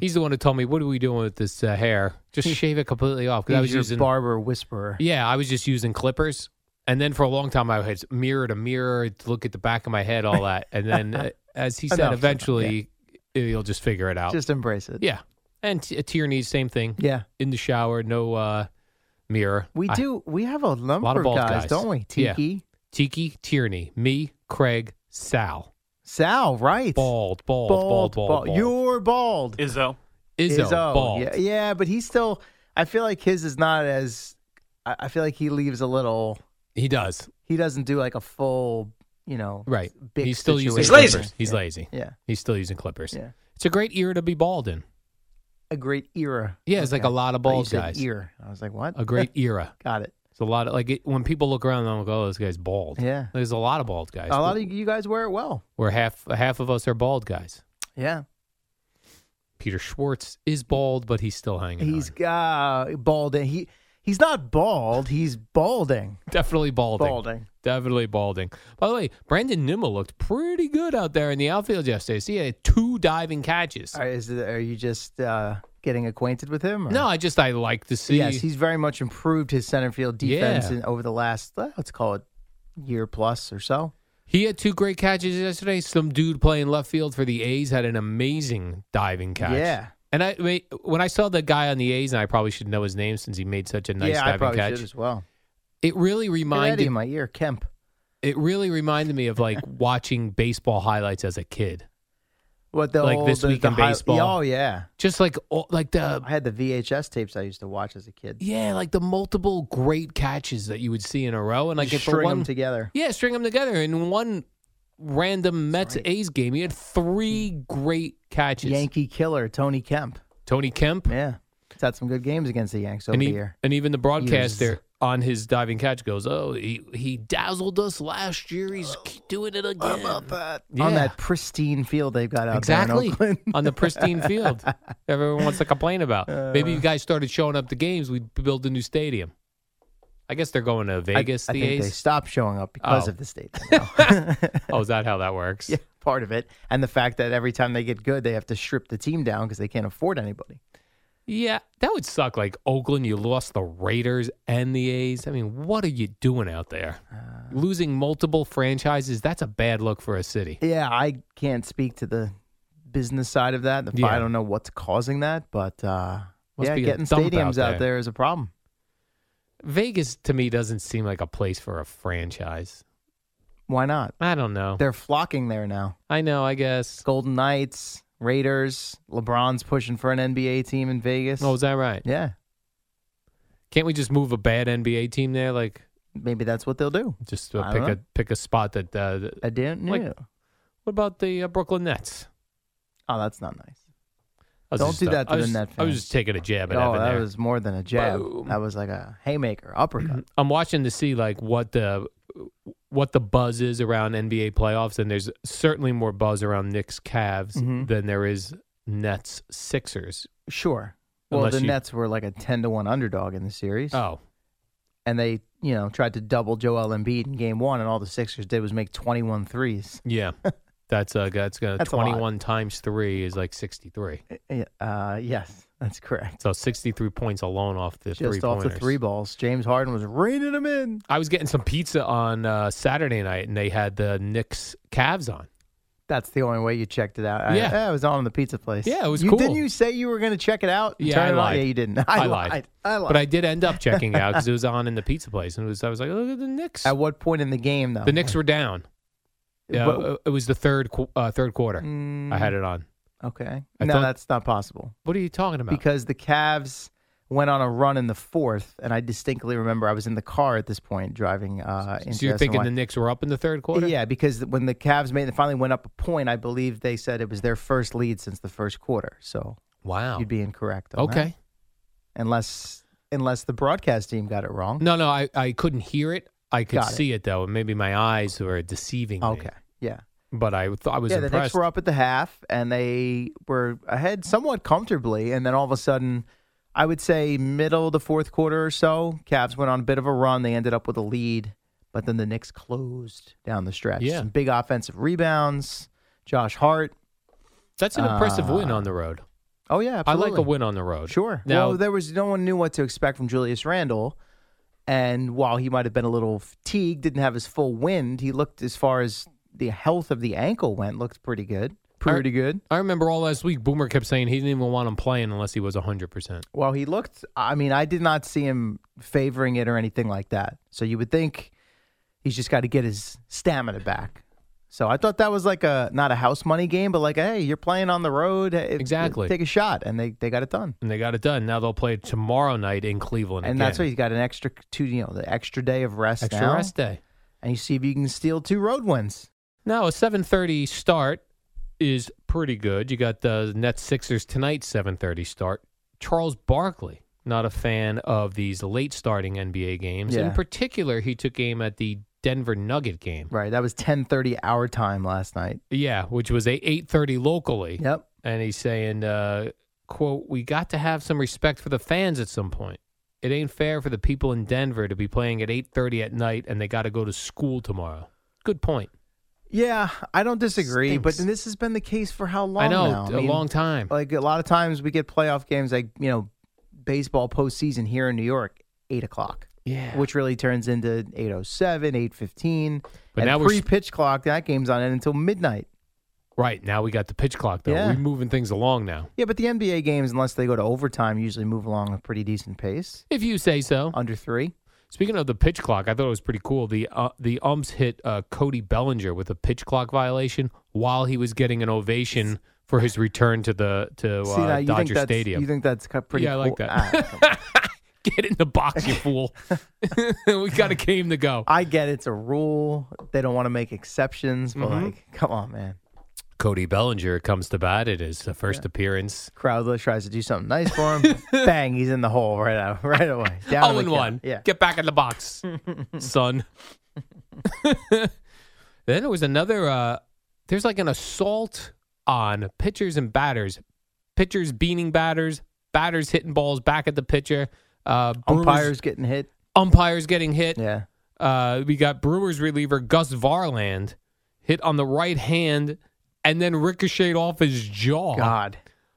B: He's the one who told me, "What are we doing with this uh, hair? Just shave it completely off."
F: He's your barber whisperer.
B: Yeah, I was just using clippers, and then for a long time I had mirror to mirror to look at the back of my head, all that, and then uh, as he said,
F: Enough.
B: eventually you'll just figure it out.
F: Just embrace it.
B: yeah, and t- to your knees, same thing.
F: Yeah.
B: in the shower, no uh, mirror.
F: We
B: I-
F: do. We have a
B: a
F: number
B: lot of bald
F: guys, don't we?
B: Yeah.
F: Tiki,
B: Tiki, Tierney, me, Craig, Sal,
F: Sal, right?
B: bald, bald, bald, bald, bald.
F: You're bald.
J: Izzo.
B: Izzo, bald.
F: Yeah, yeah, but he's still. I feel like his is not as. I, I feel like he leaves a little.
B: He does.
F: He doesn't do like a full. You know.
B: Right.
F: Big
B: He's still using
F: situation.
B: clippers. He's
F: Yeah.
B: lazy.
F: Yeah.
B: He's still using clippers.
F: Yeah.
B: It's a great era to be bald in.
F: A great era.
B: Yeah, it's like a lot of
F: I thought you
B: bald
F: said
B: guys.
F: Ear. I was like, what?
B: A great era.
F: Got it.
B: It's a lot of like it, when people look around, they're like, "Oh, this guy's bald."
F: Yeah.
B: There's a lot of bald guys.
F: a lot of you guys wear it well.
B: We're half half of us are bald guys.
F: Yeah.
B: Peter Schwartz is bald, but he's still hanging.
F: He's uh, balding. He he's not bald. He's balding.
B: Definitely balding.
F: Balding.
B: Definitely balding. By the way, Brandon Nimmo looked pretty good out there in the outfield yesterday. See, he had two diving catches.
F: Are, is it, are you just uh, getting acquainted with him? or-
B: No, I just I like to see.
F: Yes, he's very much improved his center field defense
B: Yeah.
F: in, over the last uh, let's call it year plus or so.
B: He had two great catches yesterday. Some dude playing left field for the A's had an amazing diving catch.
F: Yeah.
B: And I, I mean, when I saw the guy on the A's, and I probably should know his name since he made such a nice
F: yeah, I
B: diving
F: probably
B: catch.
F: should as well.
B: It really reminded
F: in my ear, Kemp.
B: It really reminded me of like watching baseball highlights as a kid.
F: What the
B: like
F: old,
B: this
F: the,
B: week
F: the
B: in
F: high-
B: baseball?
F: oh yeah,
B: just like like the
F: I had the VHS tapes I used to watch as a kid.
B: Yeah, like the multiple great catches that you would see in a row, and like
F: Just
B: if for
F: string
B: one
F: them together.
B: yeah, string them together in one random Mets A's game. You had three great catches.
F: Yankee killer Tony Kemp.
B: Tony Kemp.
F: Yeah, he's had some good games against the Yanks over
B: and,
F: the
B: he-
F: year.
B: and even the broadcaster on his diving catch goes, "Oh, he, he dazzled us last year.
F: Oh.
B: He's doing it again."
F: On
B: Yeah.
F: that pristine field they've got out there
B: Exactly.
F: in Oakland.
B: on the pristine field. Everyone wants to complain about. Maybe you guys started showing up to games. We'd build a new stadium. I guess they're going to Vegas.
F: I, I
B: the
F: think they
B: A's.
F: stopped showing up because
B: Oh.
F: of the state.
B: oh, is that how that works?
F: Yeah, part of it, and the fact that every time they get good, they have to strip the team down because they can't afford anybody.
B: Yeah, that would suck. Like Oakland, you lost the Raiders and the A's. I mean, what are you doing out there?
F: Uh,
B: Losing multiple franchises, that's a bad look for a city.
F: Yeah, I can't speak to the business side of that. The-
B: Yeah.
F: I don't know what's causing that, but uh,
B: Must
F: yeah,
B: be a
F: getting
B: dump
F: stadiums
B: out
F: out
B: there.
F: there is a problem.
B: Vegas to me doesn't seem like a place for a franchise.
F: Why not?
B: I don't know.
F: They're flocking there now.
B: I know, I guess.
F: Golden Knights, Raiders, LeBron's pushing for an NBA team in Vegas.
B: Oh, is that right?
F: Yeah.
B: Can't we just move a bad NBA team there? Like
F: Maybe that's what they'll do.
B: just uh,
F: I
B: pick
F: don't
B: a
F: know.
B: pick a spot that uh, th-
F: I didn't know.
B: like- What about the uh, Brooklyn Nets?
F: oh, that's not nice.
B: I was
F: Don't
B: just,
F: do
B: uh,
F: that to
B: I
F: the
B: was,
F: Net
B: I was
F: fans.
B: just taking a jab at
F: oh,
B: Evan
F: that
B: there.
F: was more than a jab.
B: Boom. Mm-hmm.
F: That was like a haymaker, uppercut.
B: I'm watching to see like what the what the buzz is around NBA playoffs, and there's certainly more buzz around Knicks Cavs
F: Mhm.
B: than there is Nets Sixers.
F: Sure. Well,
B: Unless
F: the
B: you-
F: Nets were like a ten to one underdog in the series.
B: Oh.
F: And they, you know, tried to double Joel Embiid in game one, and all the Sixers did was make 21 threes.
B: Yeah, that's uh that's gonna
F: That's a lot.
B: 21 times three is like 63.
F: Uh, yes, that's correct.
B: So 63 points alone off the three
F: Just off the
B: pointers.
F: three balls, James Harden was raining them in.
B: I was getting some pizza on uh, Saturday night, and they had the Knicks Cavs on.
F: That's the only way you checked it out. I-
B: Yeah.
F: I, was on the pizza place.
B: Yeah, it was
F: you,
B: cool.
F: Didn't you say you were going to check it out? and
B: Yeah,
F: turn
B: I
F: it on?
B: lied.
F: Yeah, you didn't.
B: I, lied.
F: lied. I lied.
B: But I did end up checking out because it was on in the pizza place, and it was I was like, look at the Knicks.
F: At what point in the game, though?
B: The Knicks were down. Yeah,
F: But-
B: uh, it was the third qu- uh, third quarter.
F: Mm.
B: I had it on.
F: Okay.
B: I
F: no,
B: thought-
F: that's not possible.
B: What are you talking about?
F: Because the Cavs went on a run in the fourth, and I distinctly remember I was in the car at this point driving. Uh, into
B: so you're thinking the
F: SNY.
B: Knicks were up in the third quarter?
F: Yeah, because when the Cavs made they finally went up a point, I believe they said it was their first lead since the first quarter. So
B: Wow.
F: you'd be incorrect. on that.
B: Oh. Okay.
F: unless unless the broadcast team got it wrong.
B: No, no, I, I couldn't hear it. I could
F: Got it.
B: see it though, and maybe my eyes were deceiving me.
F: Okay, yeah.
B: But I th- I was
F: yeah, the Knicks
B: impressed.
F: were up at the half, and they were ahead somewhat comfortably, and then all of a sudden, I would say middle of the fourth quarter or so, Cavs went on a bit of a run. They ended up with a lead, but then the Knicks closed down the stretch.
B: Yeah.
F: Some big offensive rebounds. Josh Hart.
B: That's an impressive win
F: Uh,
B: on the road.
F: Oh yeah, absolutely.
B: I like a win on the road.
F: Sure.
B: Now,
F: well, there was no one knew what to expect from Julius Randle, and while he might have been a little fatigued, didn't have his full wind, he looked as far as the health of the ankle went, looked pretty good. Pretty good.
B: I remember all last week, Boomer kept saying he didn't even want him playing unless he was 100%.
F: Well, he looked. I mean, I did not see him favoring it or anything like that. So you would think he's just got to get his stamina back. So I thought that was like a not a house money game, but like, hey, you're playing on the road. eh,
B: Exactly.
F: Take a shot, and they they got it done.
B: And they got it done. Now they'll play tomorrow night in Cleveland.
F: And that's why
B: again.
F: he's got an extra two, you know, the extra day of rest
B: Extra
F: now.
B: rest day.
F: and you see if you can steal two road wins.
B: Now a 7:30 start is pretty good. You got the Nets Sixers tonight 7:30 start. Charles Barkley, not a fan of these late starting NBA games. In
F: Yeah.
B: particular, he took aim at the Denver Nugget game.
F: Right, that was 10:30 our time last night.
B: Yeah, which was a 8:30 locally.
F: Yep.
B: And he's saying uh, quote, "We got to have some respect for the fans at some point." It ain't fair for the people in Denver to be playing at 8:30 at night and they got to go to school tomorrow. Good point.
F: Yeah, I don't disagree,
B: Stinks.
F: but this has been the case for how long
B: I know
F: now?
B: a
F: mean, uh,
B: long time.
F: Like a lot of times we get playoff games like, you know, baseball postseason here in New York, 8 o'clock.
B: Yeah.
F: Which really turns into 8.07, 8.15.
B: But
F: and
B: now we're-
F: pre-pitch clock, that game's on end until midnight.
B: Right now we got the pitch clock though.
F: Yeah.
B: We're moving things along now.
F: Yeah, but the NBA games, unless they go to overtime, usually move along at a pretty decent pace.
B: If you say so.
F: Under three.
B: Speaking of the pitch clock, I thought it was pretty cool. The uh, the umps hit uh, Cody Bellinger with a pitch clock violation while he was getting an ovation for his return to the to uh,
F: See, now, you think
B: Dodger
F: that's,
B: Stadium.
F: You think that's cut pretty
B: yeah, I like
F: cool-
B: that.
F: Ah,
B: Get in the box, you fool. we got a game to go.
F: I get it's a rule. They don't want to make exceptions, but
B: Mhm.
F: like, come on, man.
B: Cody Bellinger comes to bat. It is the first appearance.
F: Crowdler tries to do something nice for him. bang, he's in the hole right out, right away. Down to
B: oh,
F: the
B: and
F: count.
B: one.
F: Yeah.
B: Get back in the box, son. then there was another. Uh, there's like an assault on pitchers and batters. Pitchers beating batters. Batters hitting balls back at the pitcher. Uh, Brewers-
F: Umpires getting hit.
B: umpires getting hit.
F: Yeah.
B: Uh, we got Brewers reliever Gus Varland hit on the right hand and then ricocheted off his jaw.
F: God.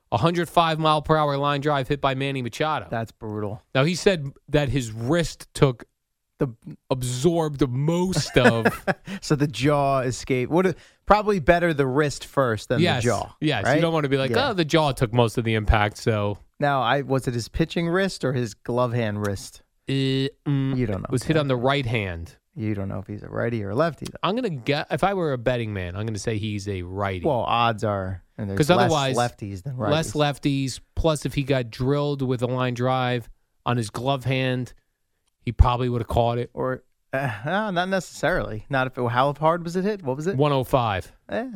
B: 105 mile per hour line drive hit by Manny Machado.
F: That's brutal.
B: Now he said that his wrist took
F: the
B: absorbed the most of
F: So the jaw escape. Would probably better the wrist first than
B: yes,
F: the jaw.
B: Yes,
F: right?
B: you don't want to be like,
F: Yeah.
B: oh, the jaw took most of the impact. So
F: Now, I was it his pitching wrist or his glove hand wrist? you don't know.
B: mm, was hit on the right hand.
F: You don't know if he's a righty or a lefty. Though.
B: I'm gonna get if I were a betting man, I'm gonna say he's a righty.
F: Well, odds are, and there's
B: because
F: less
B: otherwise
F: lefties than righties.
B: less lefties. Plus, if he got drilled with a line drive on his glove hand, he probably would have caught it.
F: Or uh, no, not necessarily. Not if it, how hard was it hit? What was it?
B: 105.
F: Eh.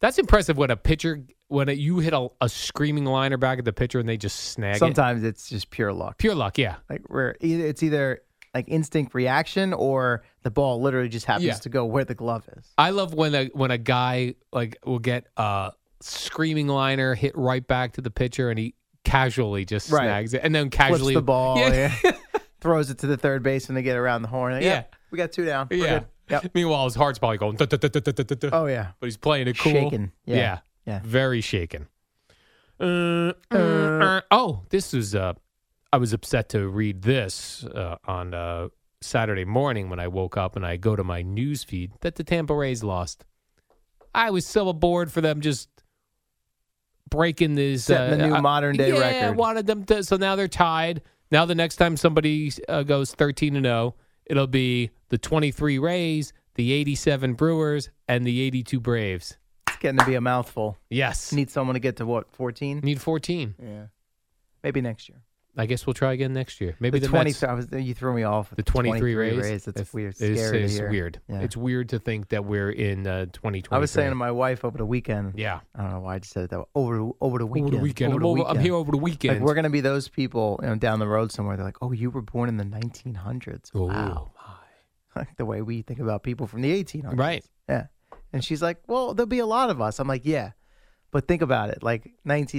B: That's impressive when a pitcher when you hit a, a screaming liner back at the pitcher and they just snag it.
F: Sometimes it's just pure luck.
B: Pure luck, yeah.
F: Like where either it's either like instinct reaction or the ball literally just happens
B: Yeah.
F: to go where the glove is.
B: I love when a when a guy like will get a screaming liner hit right back to the pitcher and he casually just
F: Right.
B: snags it and then
F: Flips
B: casually
F: the ball.
B: Yeah.
F: Yeah. Throws it to the third base when they get around the horn. Like,
B: Yeah.
F: "Yep, we got two down. We're
B: Yeah.
F: good." Yep.
B: Meanwhile, his heart's probably going. "Duh, duh, duh, duh, duh, duh, duh, duh."
F: Oh, yeah.
B: But he's playing it cool.
F: Shaken. Yeah. Yeah.
B: Very shaken. Uh, uh, uh, oh, this is. Uh, I was upset to read this uh, on uh, Saturday morning when I woke up and I go to my news feed that the Tampa Rays lost. I was so aboard for them just breaking this
F: Setting the new
B: I-
F: modern-day
B: yeah, I
F: record.
B: wanted them to. So now they're tied. Now the next time somebody uh, goes thirteen and zero, it'll be the twenty three Rays, the eighty seven Brewers, and the eighty two Braves.
F: It's getting to be a mouthful.
B: Yes,
F: Need someone to get to what, 14?
B: need fourteen.
F: Yeah. Maybe next year.
B: I guess we'll try again next year. Maybe the,
F: the 20
B: Mets-
F: I was, you threw me off. with
B: the 23 Rays.
F: That's weird.
B: It is,
F: Scary to
B: it's
F: hear.
B: weird.
F: Yeah.
B: It's weird to think that we're in uh, 2020.
F: I was saying to my wife over the weekend.
B: Yeah.
F: I don't know why I just said it that way. Over over the weekend.
B: the weekend. I'm over- I'm here over the weekend.
F: Like we're gonna be those people, you know, down the road somewhere. They're like, "Oh, you were born in the 1900s."
B: Oh,
F: Wow. Like the way we think about people from the 1800s.
B: Right.
F: Yeah. And she's like, "Well, there'll be a lot of us." I'm like, "Yeah." But think about it. Like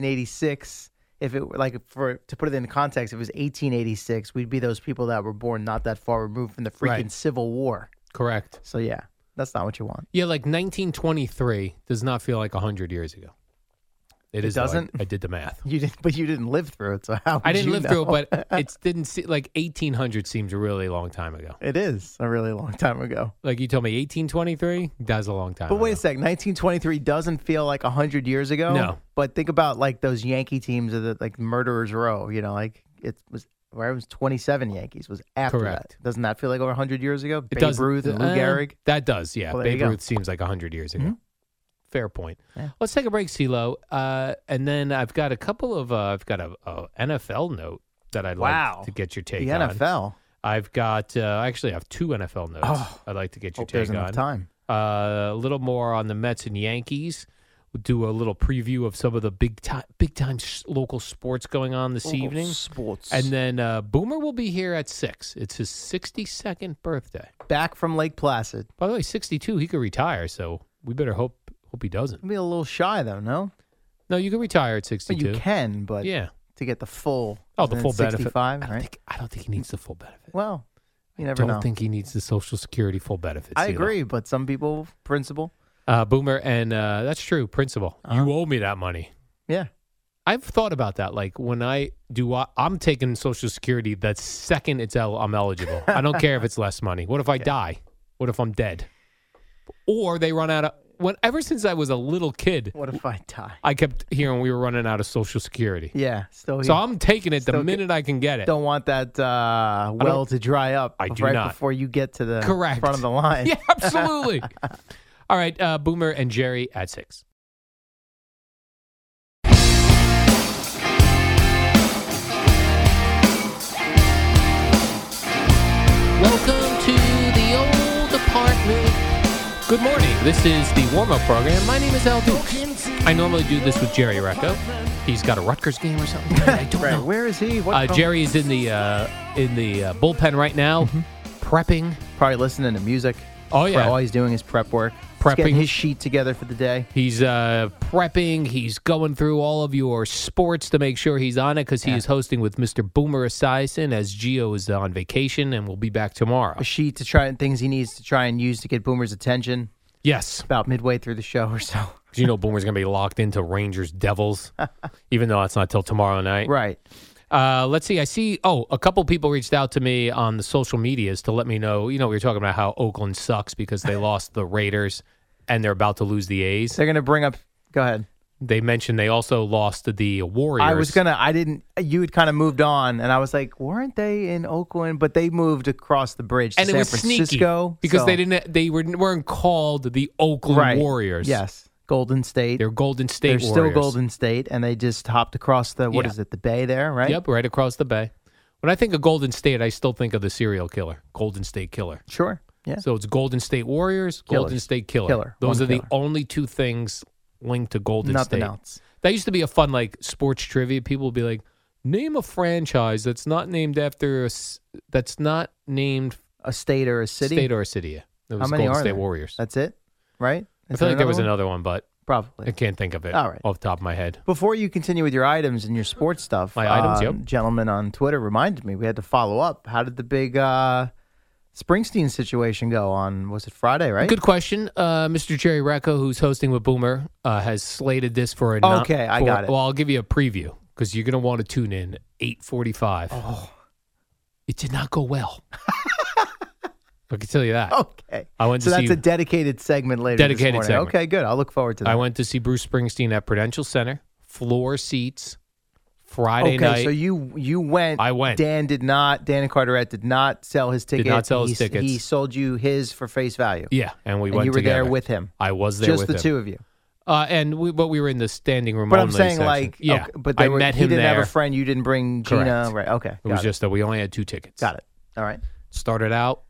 F: 1986, if it were- like for to put it in context, if it was 1886, we'd be those people that were born not that far removed from the freaking
B: Right.
F: Civil War.
B: Correct.
F: So yeah, that's not what you want.
B: Yeah, like 1923 does not feel like 100 years ago.
F: It
B: is though. I-
F: doesn't?
B: I, did the math.
F: You didn't, but you didn't live through it. So how?
B: I
F: would
B: didn't
F: you
B: live
F: know?
B: through it, but it didn't see like 1800 seems a really long time ago.
F: it is a really long time ago.
B: Like you told me 1823, that's a long time.
F: But
B: ago.
F: wait a sec, 1923 doesn't feel like 100 years ago.
B: No.
F: But think about like those Yankee teams of the like Murderers Row, you know, like it was where it was 27 Yankees was after
B: Correct.
F: that. Doesn't that feel like over 100 years ago?
B: It
F: Babe
B: does-
F: Ruth and Lou
B: uh,
F: Gehrig.
B: That does, yeah.
F: Well, there you
B: Babe
F: go. Mm-hmm.
B: Ruth seems like 100 years ago. Fair point. Let's take a break, CeeLo. Uh, and then I've got a couple of, uh, I've got a, a NFL note that I'd
F: Wow.
B: like to get your
F: The
B: take on.
F: NFL.
B: I've got, uh, actually, I have two NFL notes
F: Oh.
B: I'd like to get your
F: Hope
B: take
F: there's
B: on.
F: enough time.
B: Uh, a little more on the Mets and Yankees. We'll do a little preview of some of the big time, big time s- local sports going on this
F: Local
B: evening.
F: sports.
B: And then uh, Boomer will be here at six. It's his sixty-second birthday.
F: Back from Lake Placid.
B: By the way, sixty-two. He could retire, so we better hope hope he doesn't.
F: Be a little shy though, no?
B: No, you can retire at
F: But
B: sixty-two.
F: you can, but
B: yeah.
F: to get the full
B: Oh, the
F: isn't it
B: full benefit.
F: 65, right?
B: I don't think he needs the full benefit.
F: well, you
B: I
F: never
B: don't
F: know.
B: think he needs the Social Security full benefits.
F: I
B: either.
F: agree, but some people principle.
B: Uh, Boomer, and uh, that's true. Principal,
F: Uh-huh.
B: you owe me that money.
F: Yeah.
B: I've thought about that. Like when I do, I, I'm taking Social Security the second it's el- I'm eligible. I don't care if it's less money. What if I die? What if I'm dead? Or they run out of when ever since I was a little kid,
F: What if I die?
B: I kept hearing we were running out of Social Security.
F: Yeah, still.
B: So
F: here.
B: I'm taking it the
F: Still get-
B: minute I can get it.
F: Don't want that uh, well to dry up
B: I do
F: right
B: not.
F: before you get to the
B: Correct.
F: front of the line.
B: Yeah, absolutely. All right, uh, Boomer and Jerry at six. Welcome to the old apartment. Good morning. This is the warm up program. My name is Al Dukes. I normally do this with Jerry Recco. He's got a Rutgers game or something. I don't
F: Right,
B: know.
F: Where is he? What
B: Uh,
F: com-
B: Jerry is in the uh, in the uh, bullpen right now, prepping.
F: Probably listening to music.
B: Oh yeah,
F: All he's doing is prep work. He's
B: Prepping.
F: getting his sheet together for the day.
B: He's uh, prepping. He's going through all of your sports to make sure he's on it because he is hosting with Mr. Boomer Esiason as Gio is on vacation and will be back tomorrow.
F: A sheet to try and things he needs to try and use to get Boomer's attention.
B: Yes.
F: About midway through the show or so.
B: 'Cause you know Boomer's going to be locked into Rangers Devils, even though that's not till tomorrow night.
F: Right.
B: Uh, let's see. I see. Oh, a couple people reached out to me on the social medias to let me know. You know, we were talking about how Oakland sucks because they lost the Raiders and they're about to lose the A's.
F: They're going to bring up. Go ahead.
B: They mentioned they also lost the Warriors.
F: I was gonna. I didn't. You had kind of moved on, and I was like, weren't they in Oakland? But they moved across the bridge to
B: and
F: San
B: it was
F: Francisco
B: sneaky because
F: so-
B: they didn't they were, weren't called the Oakland
F: Right.
B: Warriors.
F: Yes, Golden State.
B: they're Golden State.
F: They're still
B: Warriors.
F: Golden State, and they just hopped across the what is
B: Yeah.
F: it? The bay there, right?
B: Yep, right across the bay. When I think of Golden State, I still think of the serial killer, Golden State Killer.
F: Sure. Yeah.
B: So it's Golden State Warriors, Golden
F: Killers.
B: State Killer.
F: Killer.
B: Those
F: One
B: are
F: killer.
B: the only two things linked to Golden
F: Nothing
B: State.
F: else.
B: That used to be a fun like sports trivia. People would be like, "Name a franchise that's not named after a, s- that's not named
F: A state or a city?
B: state or a city." Yeah. It was
F: How many
B: Golden
F: are
B: State
F: there?
B: Warriors.
F: That's it, right?
B: I
F: Is
B: feel like there was
F: one?
B: another one, but
F: Probably.
B: I can't think of it
F: All right.
B: off the top of my head.
F: Before you continue with your items and your sports stuff,
B: My items,
F: um,
B: yep.
F: Gentleman on Twitter reminded me we had to follow up. How did the big uh, Springsteen situation go on? Was it Friday? Right?
B: Good question. Uh, Mr. Jerry Recco, who's hosting with Boomer, uh, has slated this for a nom-
F: Okay, I
B: for-
F: got it.
B: Well, I'll give you a preview because you're going to want to tune in at 8:45.
F: Oh.
B: It did not go well. I can tell you
F: Oh.
B: that.
F: Okay.
B: I went
F: so
B: to
F: that's
B: see-
F: a dedicated segment later. this
B: Dedicated
F: morning.
B: segment.
F: Okay, good. I'll look forward to that.
B: I went to see Bruce Springsteen at Prudential Center, floor seats, Friday
F: okay,
B: night.
F: so you you went.
B: I went.
F: Dan did not. Dan and Carteret did not sell his ticket.
B: Did not sell his
F: he,
B: tickets.
F: He sold you his for face value.
B: yeah, and we
F: and
B: went.
F: you were there
B: together.
F: with him.
B: I was there
F: Just
B: with
F: the
B: him.
F: two of you.
B: Uh, and we, but we were in the standing room.
F: But I'm
B: only
F: saying
B: section.
F: like,
B: yeah.
F: okay, but
B: I
F: there were,
B: met
F: he
B: him
F: didn't
B: there.
F: have a friend. You didn't bring Gina.
B: Correct.
F: Right. Okay.
B: It
F: got
B: was just that we only had two tickets.
F: Got it. All right.
B: Started out,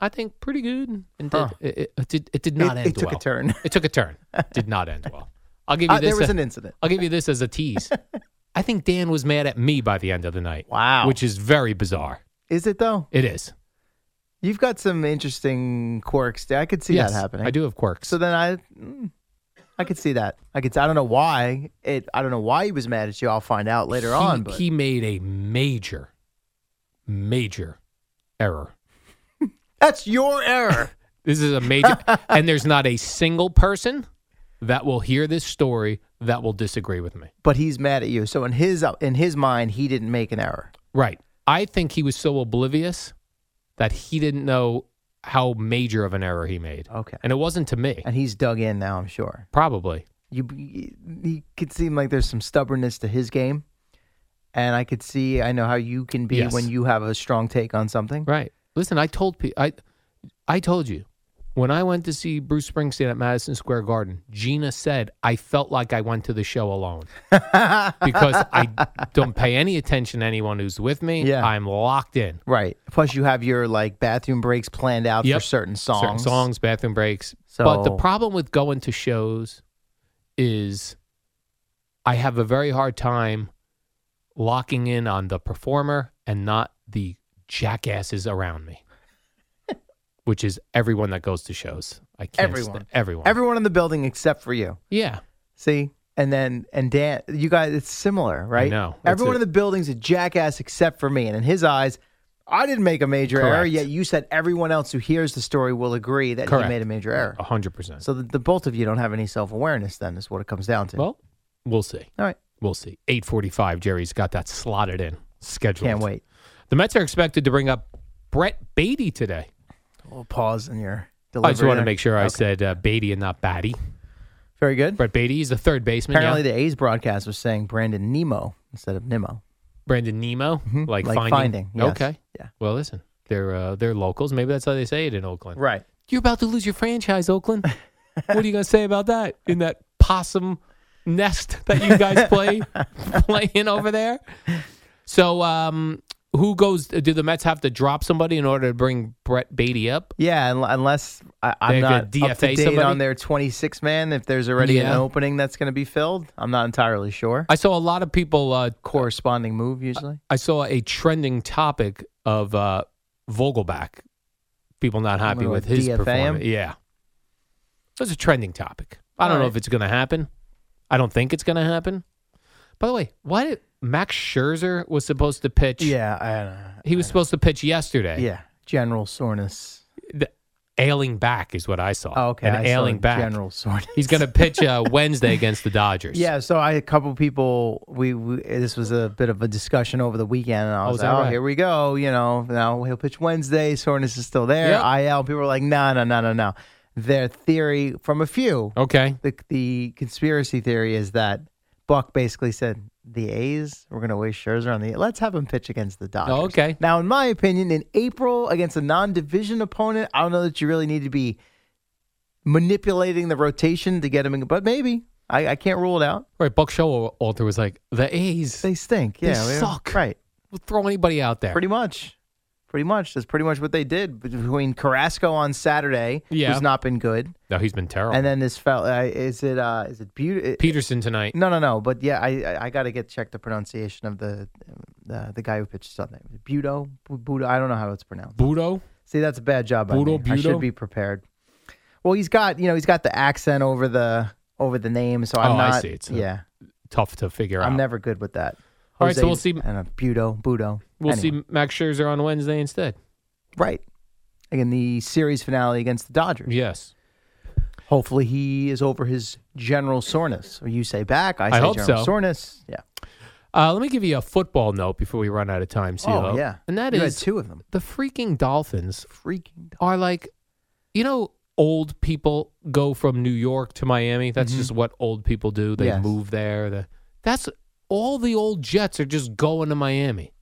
B: I think, pretty good, and did,
F: Huh.
B: it, it- it did it did not
F: It- it
B: end.
F: took a
B: well.
F: turn.
B: It took a turn. Did not end well. I'll give you
F: Uh,
B: this.
F: there was
B: a-
F: an incident.
B: I'll give you this as a tease. I think Dan was mad at me by the end of the night.
F: Wow.
B: which is very bizarre.
F: Is it though?
B: It is.
F: You've got some interesting quirks. there. I could see
B: yes,
F: that happening.
B: I do have quirks.
F: So then I, mm, I could see that. I could. I don't know why it. I don't know why he was mad at you. I'll find out later
B: he,
F: on. But
B: he made a major, major error.
F: that's your error.
B: This is a major, and there's not a single person that will hear this story that will disagree with me.
F: but he's mad at you. So in his uh, in his mind, he didn't make an error.
B: Right. I think he was so oblivious that he didn't know how major of an error he made.
F: Okay.
B: And it wasn't to me.
F: And he's dug in now. I'm sure.
B: Probably.
F: you he could seem like there's some stubbornness to his game and i could see i know how you can be
B: Yes.
F: when you have a strong take on something
B: Right. Listen, I told pe- I I told you when I went to see Bruce Springsteen at Madison Square Garden, Gina said I felt like I went to the show alone because I don't pay any attention to anyone who's with me.
F: Yeah.
B: I'm locked in.
F: right plus you have your like bathroom breaks planned out
B: Yep.
F: for certain songs
B: Certain songs, bathroom breaks. but the
F: So-
B: problem with going to shows is I have a very hard time locking in on the performer and not the jackasses around me, which is everyone that goes to shows. I can't sta-
F: everyone
B: everyone.
F: everyone in the building except for you
B: Yeah.
F: see and then and dan you guys it's similar right
B: know. That's
F: everyone
B: it.
F: in the building's a jackass except for me and in his eyes i didn't make a major error
B: Correct.
F: yet you said everyone else who hears the story will agree that
B: Correct. Oh.
F: he made a major error
B: A 100%.
F: So the, the both of you don't have any self awareness. Then is what it comes down to.
B: well, we'll see.
F: all right,
B: We'll see. 845, Jerry's got that slotted in, scheduled.
F: can't wait.
B: The Mets are expected to bring up Brett Beatty today.
F: We'll pause in your
B: I just
F: delivered
B: want to
F: or-
B: make sure I
F: Okay.
B: said uh, Beatty and not Batty.
F: Very good.
B: Brett Beatty is the third baseman.
F: Apparently,
B: yeah.
F: the A's broadcast was saying Brandon Nemo instead of Nimmo.
B: Brandon Nemo, like,
F: Mm-hmm. Like
B: finding.
F: Finding, yes.
B: Okay. Yeah. Well, listen, they're uh, they're locals. Maybe that's how they say it in Oakland.
F: Right.
B: You're about to lose your franchise, Oakland. what are you going to say about that in that possum nest that you guys play playing over there? So, um, who goes? Do the Mets have to drop somebody in order to bring Brett Beatty up?
F: Yeah, un- unless I,
B: They're
F: I'm
B: gonna
F: not up to
B: DFA
F: date
B: somebody?
F: on their 26 man. If there's already an
B: Yeah.
F: opening that's going to be filled, I'm not entirely sure.
B: I Uh, saw a lot of people uh,
F: corresponding move usually.
B: I saw a trending topic of uh, Vogelback. People not happy
F: gonna
B: with
F: go
B: his
F: DFA him?
B: performance. Yeah, it was a trending topic. I don't know
F: Alright.
B: if it's going to happen. I don't think it's going to happen. By the way, why did Max Scherzer was supposed to pitch?
F: Yeah, I don't know.
B: he was supposed to pitch yesterday.
F: Yeah, general soreness.
B: The ailing back is what I saw.
F: Oh, okay,
B: an
F: I saw
B: ailing back.
F: general soreness.
B: He's going to pitch uh, Wednesday against the Dodgers.
F: Yeah, so I a couple people we, we this was a bit of a discussion over the weekend, and I
B: Oh,
F: was
B: is
F: like,
B: that
F: oh,
B: right?
F: here we go. You know, now he'll pitch Wednesday. Soreness is still there.
B: Yep.
F: IL. People were like, no, no, no, no, no. Their theory from a few.
B: Okay.
F: The the conspiracy theory is that Buck basically said the A's we're going to waste Scherzer on the. Let's have him pitch against the Dodgers.
B: Oh, okay.
F: Now, in my opinion, in April against a non-division opponent, I don't know that you really need to be manipulating the rotation to get him in, but maybe. I, I can't rule it out.
B: Right. Buck Showalter was like, the A's.
F: They stink. Yeah.
B: they
F: we-
B: suck.
F: Right.
B: We'll throw anybody out there.
F: Pretty much. Pretty much. That's pretty much what they did between Carrasco on Saturday,
B: Yeah.
F: who's not been good,
B: No, he's been terrible.
F: and then this fella. Uh, is it? Uh, is it beauty?
B: Peterson tonight.
F: No, no, no. But yeah, I I, I got to get check the pronunciation of the the, the guy who pitched Sunday. Budo, Bu- Budo. I don't know how it's pronounced.
B: Budo.
F: See, that's a bad job. by me.
B: Budo,
F: I should
B: Budo?
F: be prepared. Well, he's got you know he's got the accent over the over the name, so I'm
B: oh,
F: not.
B: I see. It's uh,
F: yeah,
B: tough to figure out.
F: I'm never good with that.
B: All right, so
F: Jose
B: we'll see-
F: And a Budo, Budo.
B: We'll
F: Anyway.
B: see Max Scherzer on Wednesday instead.
F: Right. Again, the series finale against the Dodgers.
B: Yes.
F: Hopefully, he is over his general soreness. Or you say back, I say
B: I hope
F: general
B: so.
F: soreness. Yeah.
B: Uh, let me give you a football note before we run out of time, CeeLo.
F: Oh, yeah.
B: And that is
F: You had two of them.
B: the freaking Dolphins
F: Freaking.
B: are like, you know, old people go from New York to Miami. That's just what old people do. They
F: Mm-hmm. Yes.
B: move there. The- that's all the old Jets are just going to Miami.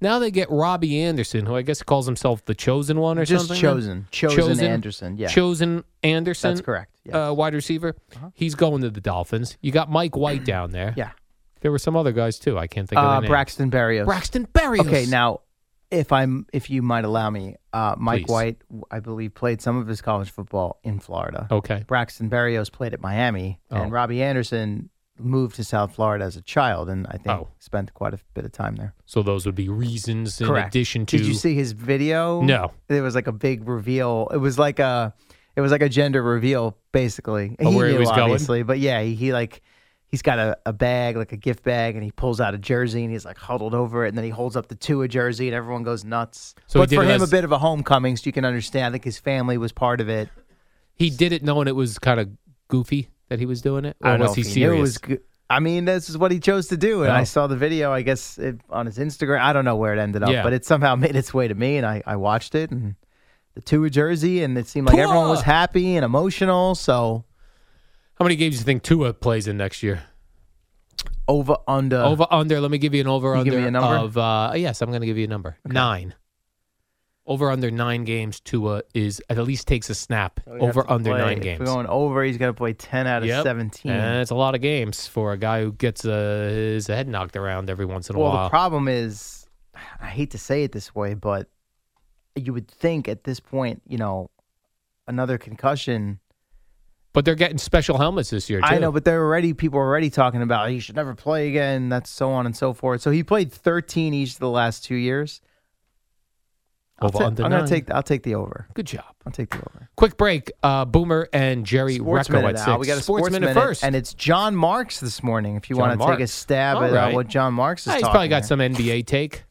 B: Now they get Robbie Anderson, who I guess calls himself the chosen one or
F: Just
B: something.
F: chosen. Chosen Anderson, yeah.
B: Chosen Anderson.
F: That's correct, yes. Uh-huh.
B: Uh, wide receiver. He's going to the Dolphins. You got Mike White down there.
F: Yeah.
B: There were some other guys too. I can't think of
F: Uh,
B: their names.
F: Braxton Berrios.
B: Braxton Berrios.
F: Okay, now, if I'm, if you might allow me, uh, Mike
B: Please.
F: White, I believe, played some of his college football in Florida.
B: Okay.
F: Braxton Berrios played at Miami,
B: Oh.
F: and Robbie Anderson moved to South Florida as a child, and I think
B: Oh.
F: spent quite a bit of time there.
B: So those would be reasons in
F: Correct.
B: addition to.
F: Did you see his video?
B: No.
F: There was like a big reveal. It was like a it was like a gender reveal basically.
B: Oh, where he was going?
F: obviously, but yeah, he, he like he's got a, a bag, like a gift bag, and he pulls out a jersey and he's like huddled over it and then he holds up the Tua jersey and everyone goes nuts.
B: So he
F: but
B: did
F: for
B: it
F: him a
B: as-
F: bit of a homecoming, so you can understand. I think his family was part of it.
B: He did it knowing it was kind of goofy that he was doing it. Or
F: I don't
B: was
F: know
B: he
F: if he knew
B: serious?
F: it was go- I mean, this is what he chose to do, and
B: Oh.
F: I saw the video. I guess it, on his Instagram. I don't know where it ended up,
B: Yeah.
F: but it somehow made its way to me, and I, I watched it and the Tua jersey, and it seemed like everyone was happy and emotional. So
B: How many games do you think Tua plays in next year?
F: over under
B: over under. Let me give you an over
F: Uh, You
B: under
F: give me a number?
B: of. Uh, yes, I'm going to give you a number. Nine. Over under nine games. Tua is at least takes a snap.
F: We Oh, have
B: over
F: to
B: under
F: play-
B: nine
F: If
B: games.
F: we're going over, he's going to play ten out of
B: Yep.
F: seventeen.
B: And it's a lot of games for a guy who gets uh, his head knocked around every once in a
F: well,
B: while.
F: the problem is, I hate to say it this way, but you would think at this point, you know, another concussion.
B: but they're getting special helmets this year. Too.
F: I know, but they're already people are already talking about he should never play again. That's so on and so forth. So he played 13 each of the last two years. I'll
B: Over
F: ta-
B: under
F: I'm gonna
B: nine.
F: take. I'll take the over.
B: Good job.
F: I'll take the over.
B: Quick break. Uh, Boomer and Jerry
F: Sports
B: Recco
F: minute
B: at six.
F: now. We got a sports, minute,
B: first.
F: and it's John Marks this morning. If you
B: John
F: want to take a
B: Marks.
F: stab
B: All
F: at uh,
B: right.
F: what John Marks is
B: Ah, he's
F: talking
B: probably
F: here.
B: got some NBA take.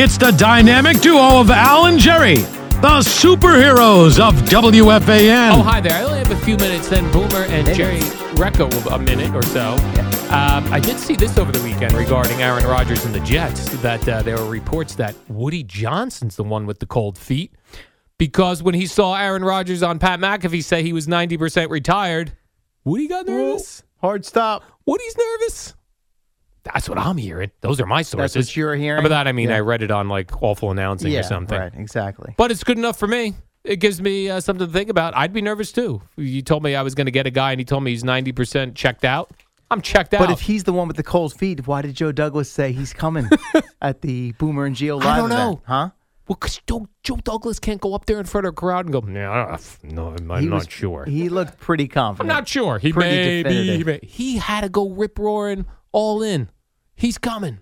G: It's the dynamic duo of Al and Jerry, The superheroes of WFAN.
B: Oh, hi there. I only have a few minutes, then Boomer and Jerry Recco will a minute or so. Um, I did see this over the weekend regarding Aaron Rodgers and the Jets that uh, there were reports that Woody Johnson's the one with the cold feet because when he saw Aaron Rodgers on Pat McAfee say he was 90% retired, Woody got nervous.
F: hard stop.
B: Woody's nervous. That's what I'm hearing. Those are my sources.
F: what you're hearing?
B: By that, I mean
F: Yeah.
B: I read it on like awful announcing
F: yeah,
B: or something.
F: Right, exactly.
B: But it's good enough for me. It gives me uh, something to think about. I'd be nervous too. You told me I was going to get a guy, and he told me he's ninety percent checked out. I'm checked out.
F: But if he's the one with the cold feet, why did Joe Douglas say he's coming at the Boomer and Geo live?
B: I don't know,
F: event, huh?
B: Well, because Joe, Joe Douglas can't go up there in front of a crowd and go, "Nah, I don't- no, I'm, I'm
F: He
B: not
F: was-
B: sure.
F: He looked pretty
B: I'm
F: confident.
B: not sure. He
F: Pretty
B: may, be, he
F: definitive.
B: may. He had to go rip roaring all in. He's coming.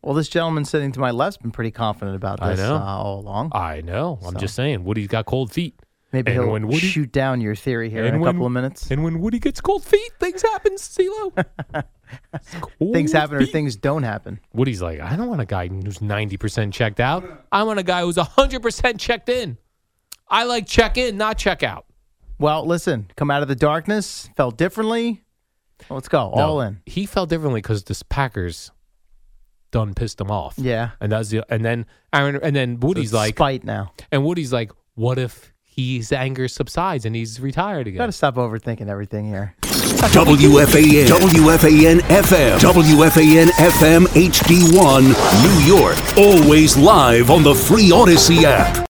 F: Well, this gentleman sitting to my left's been pretty confident about
B: I
F: this
B: know.
F: uh, all along.
B: I know. I'm
F: So.
B: just saying, Woody's got cold feet.
F: Maybe
B: And
F: he'll
B: when Woody-
F: shoot down your theory here in a
B: And when-
F: couple of minutes.
B: And when Woody gets cold feet, things happen, CeeLo.
F: Things happen or
B: feet.
F: things don't happen.
B: Woody's like, I don't want a guy who's 90% checked out. I want a guy who's 100% checked in. I like check in, not check out.
F: Well, listen, come out of the darkness, felt differently. Well, let's go.
B: No,
F: All in.
B: He felt differently because this Packers done pissed him off.
F: Yeah.
B: And that's the, and then Aaron and then Woody's
F: It's
B: like
F: spite now.
B: and Woody's like, what if his anger subsides and he's retired
F: Got
B: again?
F: to stop overthinking everything here.
E: WFAN, WFAN FM, WFAN FM HD1, New York. Always live on the free Odyssey app.